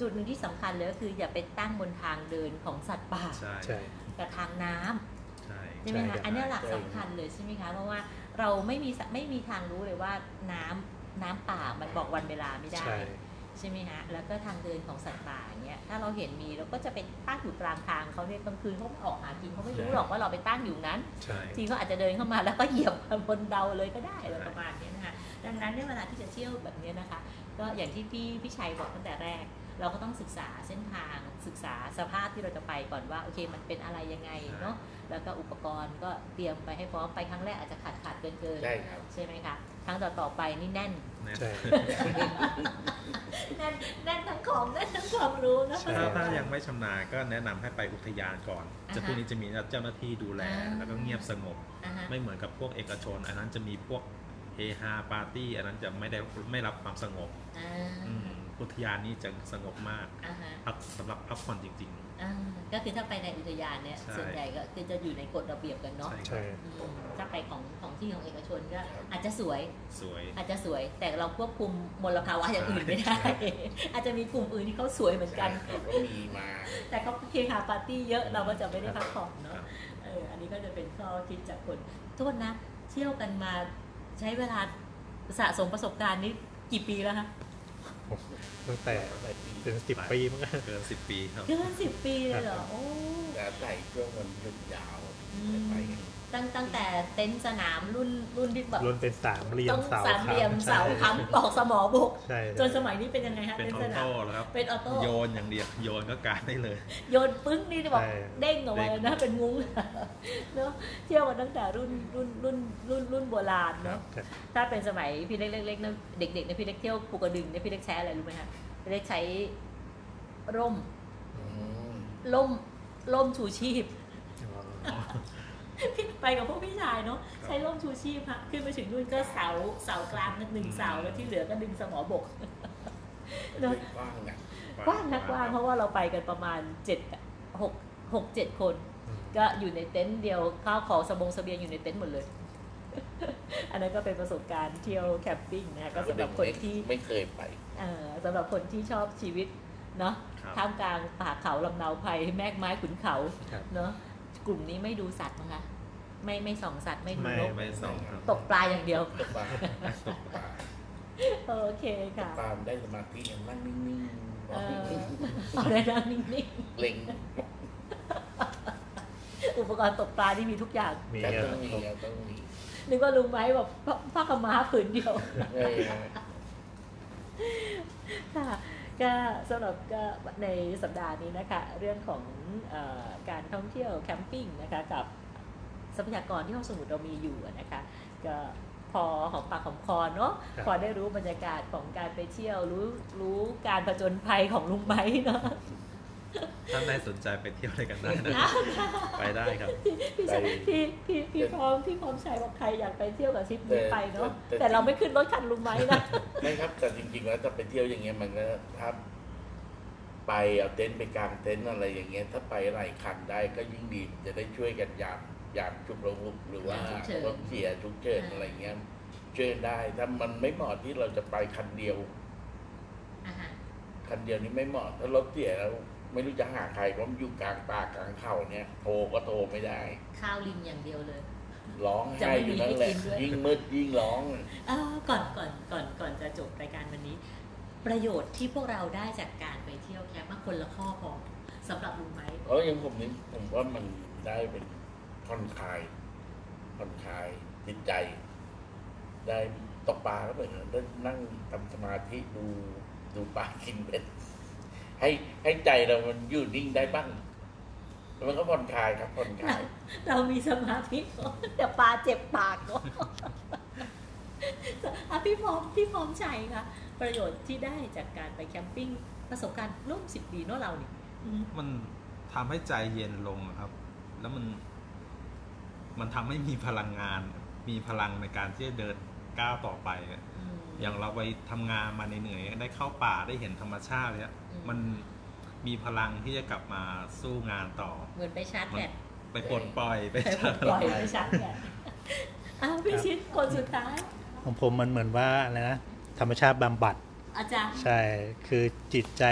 S1: จุดหนึ่งที่สำคัญเลยก็คืออย่าไปตั้งบนทางเดินของสัตว์ป่า
S5: ใช่
S4: ใช่
S1: กับทางน้ำ
S5: ใช่
S1: ใช่ไหม
S4: ใช่ครั
S1: คะ
S4: บ
S1: อันนี้หลักสำคัญเลยใช่ไหมคะเพราะว่าเราไม่มีสะไม่มีทางรู้เลยว่าน้ำน้ำป่ามันบอกวันเวลาไม่ได้
S4: ใช่
S1: ใช่ไหมฮะ แล้วก็ทางเดินของสัตว์ป่าอย่างเงี้ย ถ้าเราเห็นมีเราก็จะไปตั้งอยู่กลางทางเขาเนี่ยกลางคืนเขาไม่ออกหากินเขาไม่รู้
S4: ใช่
S1: หรอกว่าเราไปตั้งอยู่นั้น
S4: ใช่
S1: ทีเขาอาจจะเดินเข้ามาแล้วก็เหยียบบนเดาเลยก็ได้อะไรประมาณเนี้ยนะคะดังนั้นในยเวลาที่จะเที่ยวแบบเนี้ยนะคะ ก็อย่างที่พี่พี่ชัยบอกตั้งแต่แรก เราก็ต้องศึกษาเส้นทางศึกษาสภาพที่เราจะไปก่อนว่าโอเคมันเป็นอะไรยังไงเนาะแล้วก็อุปกรณ์ก็เตรียมไปให้พร้อมไปครั้งแรกอาจจะขาดขาดเกินเกิน
S2: ใช่ครับ
S1: ใช่ไหมคะครั้งต่อต่อๆไปนี่แน่น
S4: ใช่
S1: แน่นแน่นทั้งของแน่นทั้งความรู้เนอะ
S4: ใช่
S5: ถ้าถ้ายังไม่ชำนาญก็แนะนำให้ไปอุทยานก่อน
S1: อ่าฮะ
S5: จะพวกนี้จะมีเจ้าหน้าที่ดูแล
S1: อ่า
S5: แล้วก็เงียบสงบ
S1: อ่าฮะ
S5: ไม่เหมือนกับพวกเอกชน อันนั้นจะมีพวกเฮฮาปาร์ตี้ อันนั้นจะไม่ได้ไม่รับความสงบ
S1: อ่า
S5: อืมอุทยานนี้จะสงบมาก
S1: อ่าฮะ
S5: พักสำหรับพักผ่อนจริง
S1: อ่าก็คือถ้าไปในอุทยานเนี่ย
S5: ใช่
S1: ส่วนใหญ่ก็คือจะอยู่ในกฎระเบียบกัน
S5: ๆ
S1: เนาะ
S5: ใช่ครับ
S4: ใช่
S1: อืมถ้าไปของของที่ของเอกชนก็อาจจะสวย
S5: สวย
S1: อาจจะสวยแต่เราควบคุมมลภาวะอย่างอื่นไม่ได้ [LAUGHS] อาจจะมีกลุ่มอื่นที่เขาสวยเหมือนกัน
S2: ใช่ก็มีมา
S1: แต่เขาเคหาปาร์ตี้เยอะเราก็จะไม่ได้พักผ่อนเนาะ
S5: ครับ
S1: เอออันนี้ก็จะเป็นข้อคิดจากคนโทษนะ เที่ยวกันมาใช้เวลาสะสมประสบการณ์นี้กี่ปีแล้วคะ
S4: ตั้งแต่
S2: หลายปี
S4: เป็นสิบปีมั้ง [LAUGHS]
S5: เกินสิบปีครับ
S1: เกินสิบปีเลยเหรอโอ้
S2: แต่ใส่ช่วงวันหยุดยาว
S1: อืม
S2: ไปกัน
S1: ตั้งตั้งแต่เต็นท์สนามรุ่นรุ่นที่แบบ
S4: ล้วนเป็นสามเหลี่ย
S1: ต้อ
S4: ม
S1: ง
S4: เสา
S1: สามเหลี่ยม
S4: ค้ำ
S1: เสาค้ำตอกสมอบก
S4: ใช่
S1: จนสมัยนี้เป็นยังไงฮะ
S5: เป็น
S1: น
S5: อ
S1: ส
S5: อ
S1: นา
S5: โต้
S1: ม
S5: แล้วครับ
S1: เป็นออโต้
S5: โยนอย่างเดียว [LAUGHS] โยนก็การได้เลย
S1: โยนปึ้งนี่จะบอกเด้งออกมาเลยนะเป็นงุ้ [LAUGHS] งเนาะเที่ยวมาตั้งแต่รุ่นรุ่นรุ่นรุ่นรุ่นโบราณเนาะ
S4: ครับ
S1: ถ้าเป็นสมัยพี่เล็กเล็กๆนะเด็กๆนะพี่เล็กเที่ยวภูกระดึงเนี่ยพี่เล็กใช้อะไรรู้ไหมฮะพี่เล็กใช้ร่ม
S2: อืม
S1: ร่มร่มชูชีพ [LAUGHS] พี่ไปกับพวกพี่ชายเนาะใช้ร่มชูชีพฮะขึ้นไปถึงนู่นก็เสาเสากลางหนึ่งเสาแล้วที่เหลือก็ดึงสมอบก
S2: เดิ
S1: เนาะ
S2: นกว้างนะ
S1: กว้างนะกว้างเพราะว่าเราไปกันประมาณเจ็ดหกหกเจ็ดคน
S4: อืม
S1: ก็อยู่ในเต็นท์เดียวข้าวของสบงเสบียงอยู่ในเต็นท์หมดเลย [LAUGHS] อันนั้นก็เป็นประสบการณ์เที่ยวแคมปิ้งนะคะก็สำหรับคนที่
S2: ไม่เคยไป
S1: เอ่อสำหรับคนที่ชอบชีวิตเนาะ
S5: ครับ
S1: ท่ามกลางป่าเขาลำเนาไพรแมกไม้ขุนเขา
S4: ครับ
S1: เนาะกลุ่มนี้ไม่ดูสัตว์นะคะไม่ไม่ส่องสัตว์ไม่ดู
S4: ไม่
S1: นก
S5: ไม่สองครับ
S1: ตกปลาอย่างเดียว [LAUGHS]
S2: ตกปลาตกปลา
S1: โอเคค่ะ
S2: ตามได้สมาธิอย่างนั่งนิ่งๆบ
S1: เอ
S2: อก
S1: อเอาได้นั่งนิ่ง
S2: เล็ง
S1: ๆอุปกรณ์ตกปลาที่มีทุกอย่าง
S4: มี
S2: แต่
S4: อะ
S2: ต้องมี
S4: ไร
S2: อะต้องมี
S1: นึกว่าลุงไม้แบบผ้ากำมาผืนเดียว
S2: เอ้ย
S1: ค่ะก็สำหรับก็ในสัปดาห์นี้นะคะ เรื่องของเออการท่องเที่ยวแคมปิ้งนะคะกับทรัพยากรที่ห้องสมุดเรามีอยู่อะนะคะก็พอหอมปากหอมคอเนาะ
S4: ครับ
S1: พอได้รู้บรรยากาศของการไปเที่ยวรู้รู้การผจญภัยของลุงไม้เนาะ
S5: ท่านใดสนใจไปเที่ยวอะไรกันได้นะไปได้
S1: [LAUGHS]
S5: ครับ
S1: พี่ชายพี่พี่พี่พร้อมพี่พร้อมชัยบอกใครอยากไปเที่ยวกับทริปนี้ไปเนาะแต่เราไม่ขึ้นรถคันลุงไม้นะ
S2: ไม่ครับแต่จริงๆแล้วจะไปเที่ยวอย่างเงี้ยมันก็ถ้าไปเอาเต็นท์ไปกางเต็นท์อะไรอย่างเงี้ย ถ้าไปหลายคันได้ก็ยิ่งดีจะได้ช่วยกันยามยามฉุกระหุกหรือว่าย
S1: ามฉุกเฉิน
S2: รถเสียฉุกเฉินอะไรเงี้ยช่วยได้ถ้ามันไม่เหมาะที่เราจะไปคันเดียว คันเดียวนี้ไม่เหมาะถ้ารถเสียแล้ว ไม่รู้จะหาใครเพราะมันอยู่กลางป่ากลางเขาเนี่ยโทรก็โทรไม่ได้
S1: ข้าวลิงอย่างเดียวเลย
S2: ร้องไห้อยู่นั่นแหละ
S1: จะไม่มีให้กินด้วย
S2: ยิ่งมืดยิ่งร้อง
S1: เอ่อก่อนก่อนก่อนก่อนจะจบรายการวันนี้ ประโยชน์ที่พวกเราได้จากการไปเที่ยวแคมป์มาคนละข้อพอสำหรับลุงไหม
S2: เพราะอยังผมนี่ผมว่ามันได้เป็นผ่อนคลายผ่อนคลายจิตใจ ได้ตกปลาก็เหมือนกันได้นั่งทำสมาธิดู ดูปลากินเบ็ดให้ให้ใจเรามันอยู่นิ่งได้บ้างแล้วมันก็ผ่อนคลายครับผ่อนคลาย
S1: เรามีสมาธิก่อนเดี๋ยวปลาเจ็บ [LAUGHS] ปากก่อนอ่ะพี่พร้อมพี่พร้อมใจค่ะ ประโยชน์ที่ได้จากการไปแคมปิ้งประสบการณ์ร่วมสิบปีเนอะเราเนี่ยอืม
S5: มันทำให้ใจเย็นลงอะครับ แล้วมัน มันทำให้มีพลังงาน มีพลังในการที่จะเดินก้าวต่อไปอะ
S1: อืม
S5: อย่างเราไปทำงานมาเหนื่อยๆได้เข้าป่าได้เห็นธรรมชาติเนี่ย
S1: อืม
S5: มันมีพลังที่จะกลับมาสู้งานต่อ
S1: เหมือนไปชาร์จแบต
S5: ไปปลดปล่อยไป
S1: ไป
S5: ชาร์จ
S1: ปล่อยไปชาร์จแบตอ้าวพี่ชิดคนสุดท้าย
S4: ของผมมันเหมือนว่าอะไรนะธรรมชาติบำบัด
S1: อาจารย์
S4: ใช่ คือจิตใจ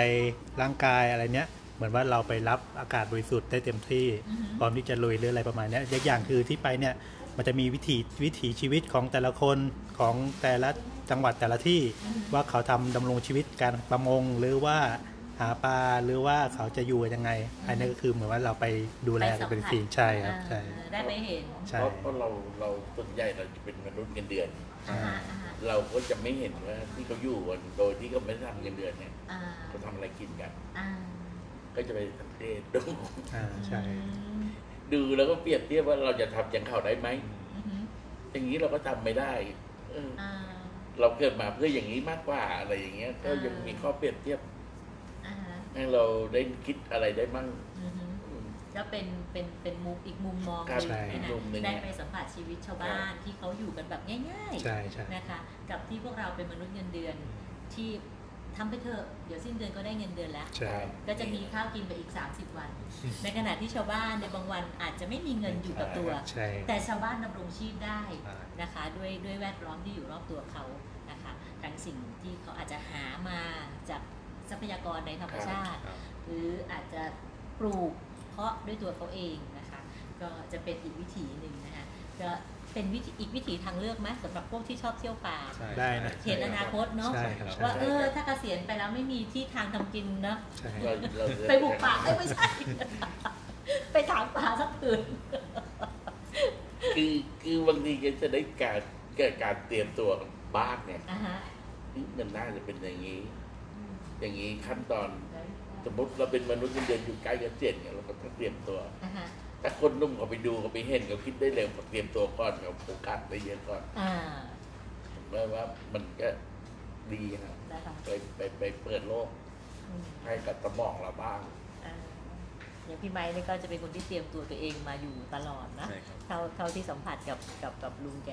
S4: ร่างกายอะไรเนี้ย เหมือนว่าเราไปรับอากาศบริสุทธิ์ได้เต็มที่ พร้อมที่จะลุยหรืออะไรประมาณเนี้ยอย่างคือที่ไปเนี่ย มันจะมีวิถีวิถีชีวิตของแต่ละคนของแต่ละจังหวัดแต่ละที่ ว่าเขาทำดำรงชีวิตการประมงหรือว่าหาปลาหรือว่าเขาจะอยู่ยังไง อันนี้ก็คือเหมือนว่าเราไปดูแลกันเป็นทีมใช่ครับใช่
S1: เออได้ไปเห็น
S4: ใช่
S2: เพราะเพราะเราเราส่วนใหญ่เราจะเป็นมนุษย์เงินเดือน
S1: อ่าฮะอ่าฮะ
S2: เราก็จะไม่เห็นว่าที่เขาอยู่กันโดยที่เขาไม่ได้ทำเงินเดือนเนี่ย
S1: อ่า
S2: เขาทำอะไรกินกัน
S1: อ่า
S2: ก็จะไปสังเกต [LAUGHS] ดู
S4: อ่าใช่
S1: อืม
S2: ดูแล้วก็เปรียบเทียบว่าเราจะทำอย่างเขาได้ไหม
S1: อือฮึ
S2: อย่างนี้เราก็ทำไม่ได้เออ
S1: อ่า
S2: เราเกิดมาเพื่ออย่างนี้มากกว่าอะไรอย่างเงี้ย ก็ยังมีข้อเปรียบเทียบ
S1: อ่าฮะ
S2: ให้เราได้คิดอะไรได้มั่ง
S1: อือฮึ
S2: อืม
S1: ก็เป็นเป็นเป็นมุมอีกมุมมองห
S2: ครับ
S1: นึ่ง
S4: ใช่
S1: ที่นะ
S2: มุมหนึ่ง
S1: ได้ไปสัมผัสชีวิตชาวบ้านที่เขาอยู่กันแบบง่าย
S4: ใช่ใช่
S1: ๆนะคะกับที่พวกเราเป็นมนุษย์เงินเดือนที่ทำไปเถอะเดี๋ยวสิ้นเดือนก็ได้เงินเดือนแล้ว
S4: ใช่
S1: ก็จะมีข้าวกินไปอีก 30 วัน ในขณะที่ชาวบ้านในบางวันอาจจะไม่มีเงินอยู่กับตัว
S4: ใช่
S1: แต่ชาวบ้านดำรงชีพได้นะคะด้วยด้วยแวดล้อมที่อยู่รอบตัวเขานะคะทั้งสิ่งที่เขาอาจจะหามาจากทรัพยากรในธรรมชาติ
S5: ครับ
S1: หรืออาจจะปลูกเพาะด้วยตัวเขาเองนะคะ ก็จะเป็นอีกวิถีหนึ่งนะคะก็เป็นวิธีอีกวิถีทางเลือกไหมสำหรับพวกที่ชอบเที่ยวป่า
S5: ใช่
S4: ได้นะ
S5: ใช่
S1: เห็นอนาคตเนาะ
S4: ใช่ครับใช่
S1: ว่าเออถ้าเกษียณไปแล้วไม่มีที่ทางทำกินเนาะ
S4: ใช่
S2: เราเราจะ
S1: ไปบุกป่าเอ้ยไม่ใช่ ไปถางป่าสักคืน
S2: คือคือบางทีก็จะได้การเกิดการเตรียมตัวบ้างเนี่ย
S1: อ่าฮะ
S2: นี่มันน่าจะเป็นอย่างนี้ อย่างนี้ขั้นตอนสมมติเราเป็นมนุษย์เงินเดือนอยู่ใกล้กันเจ็ดเนี่ยเราก็ต้องเตรียมตัว
S1: อ่าฮะ
S2: ถ้าคนนุ่มเขาไปดูเขาไปเห็นเขาคิดได้เร็วเขาเตรียมตัวก่อนเขาโฟกัสไปเยอะก่อน
S1: อ่า
S2: ผมว่าว่ามันก็ดีนะ
S1: นะคะ
S2: ไปไปไปเปิดโลก
S1: อืม
S2: ให้กับสมองเราบ้าง
S1: อ่าอย่างพี่ไม้นี่ก็จะเป็นคนที่เตรียมตัวตัวเองมาอยู่ตลอดนะ
S5: ใช่ครับ
S1: เท่าเท่าที่สัมผัสกับกับกับลุงแก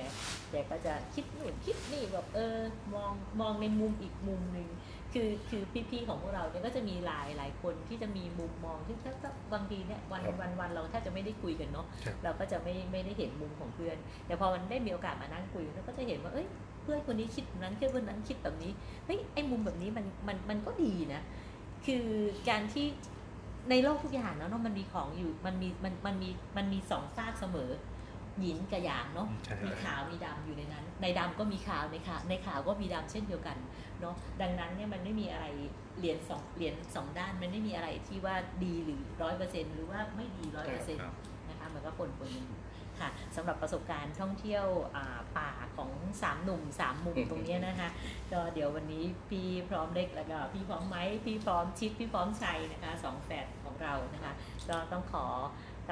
S1: แกก็จะคิดนู่นคิดนี่แบบเออมองมองในมุมอีกมุมหนึ่งคือคือพี่ๆของพวกเราเนี่ยก็จะมีหลายหลายคนที่จะมีมุมมองที่ถ้าบางทีเนี่ยวัน
S2: ครับ
S1: วันวันเราแทบจะไม่ได้คุยกันเนาะ
S4: ครับ
S1: เราก็จะไม่ไม่ได้เห็นมุมของเพื่อน แต่พอมันได้มีโอกาสมานั่งคุยเราก็จะเห็นว่าเอ้ยเพื่อนคนนี้คิดแบบนั้นเพื่อนคนนั้นคิดแบบนี้เฮ้ยไอ้มุมแบบนี้มันมันมันก็ดีนะ คือการที่ในโลกทุกอย่างเนาะเนอะมันมีของอยู่มันมีมันมันมีมันมีสองซากเสมอ หยินกับหยางเนาะ
S4: ใช่
S1: มีขาวมีดำอยู่ในนั้น ในดำก็มีขาวในขาวในขาวก็มีดำเช่นเดียวกันเนาะดังนั้นเนี่ยมันไม่มีอะไรเหรียญสองเหรียญสองด้านมันไม่มีอะไรที่ว่าดีหรือร้อยเปอร์เซ็นหรือว่าไม่ดีร้อยเปอร์เซ็น
S5: ครับ
S1: นะคะมันก็ปนปนกันอยู่ค่ะสำหรับประสบการณ์ท่องเที่ยวอ่าป่าของสามหนุ่มสามมุมตรงเนี้ยนะคะ ก็เดี๋ยววันนี้พี่พร้อมเล็กแล้วก็พี่พร้อมไม้พี่พร้อมชิดพี่พร้อมชัยนะคะสองแฝดของเรานะคะก็ต้องขอ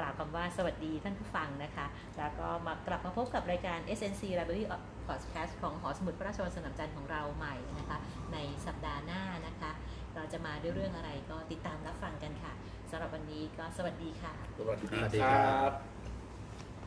S1: กล่าวคำว่าสวัสดีท่านผู้ฟังนะคะ แล้วก็มากลับมาพบกับรายการ SNC Library of Podcast ของหอสมุดพระราชวังสนามจันทร์ของเราใหม่นะคะ ในสัปดาห์หน้านะคะ เราจะมาด้วยเรื่องอะไรก็ติดตามรับฟังกันค่ะสำหรับวันนี้ก็สวัสดีค่ะ
S2: สวัสดี
S4: สวัสดี
S2: ค
S4: ครั
S2: รับ บ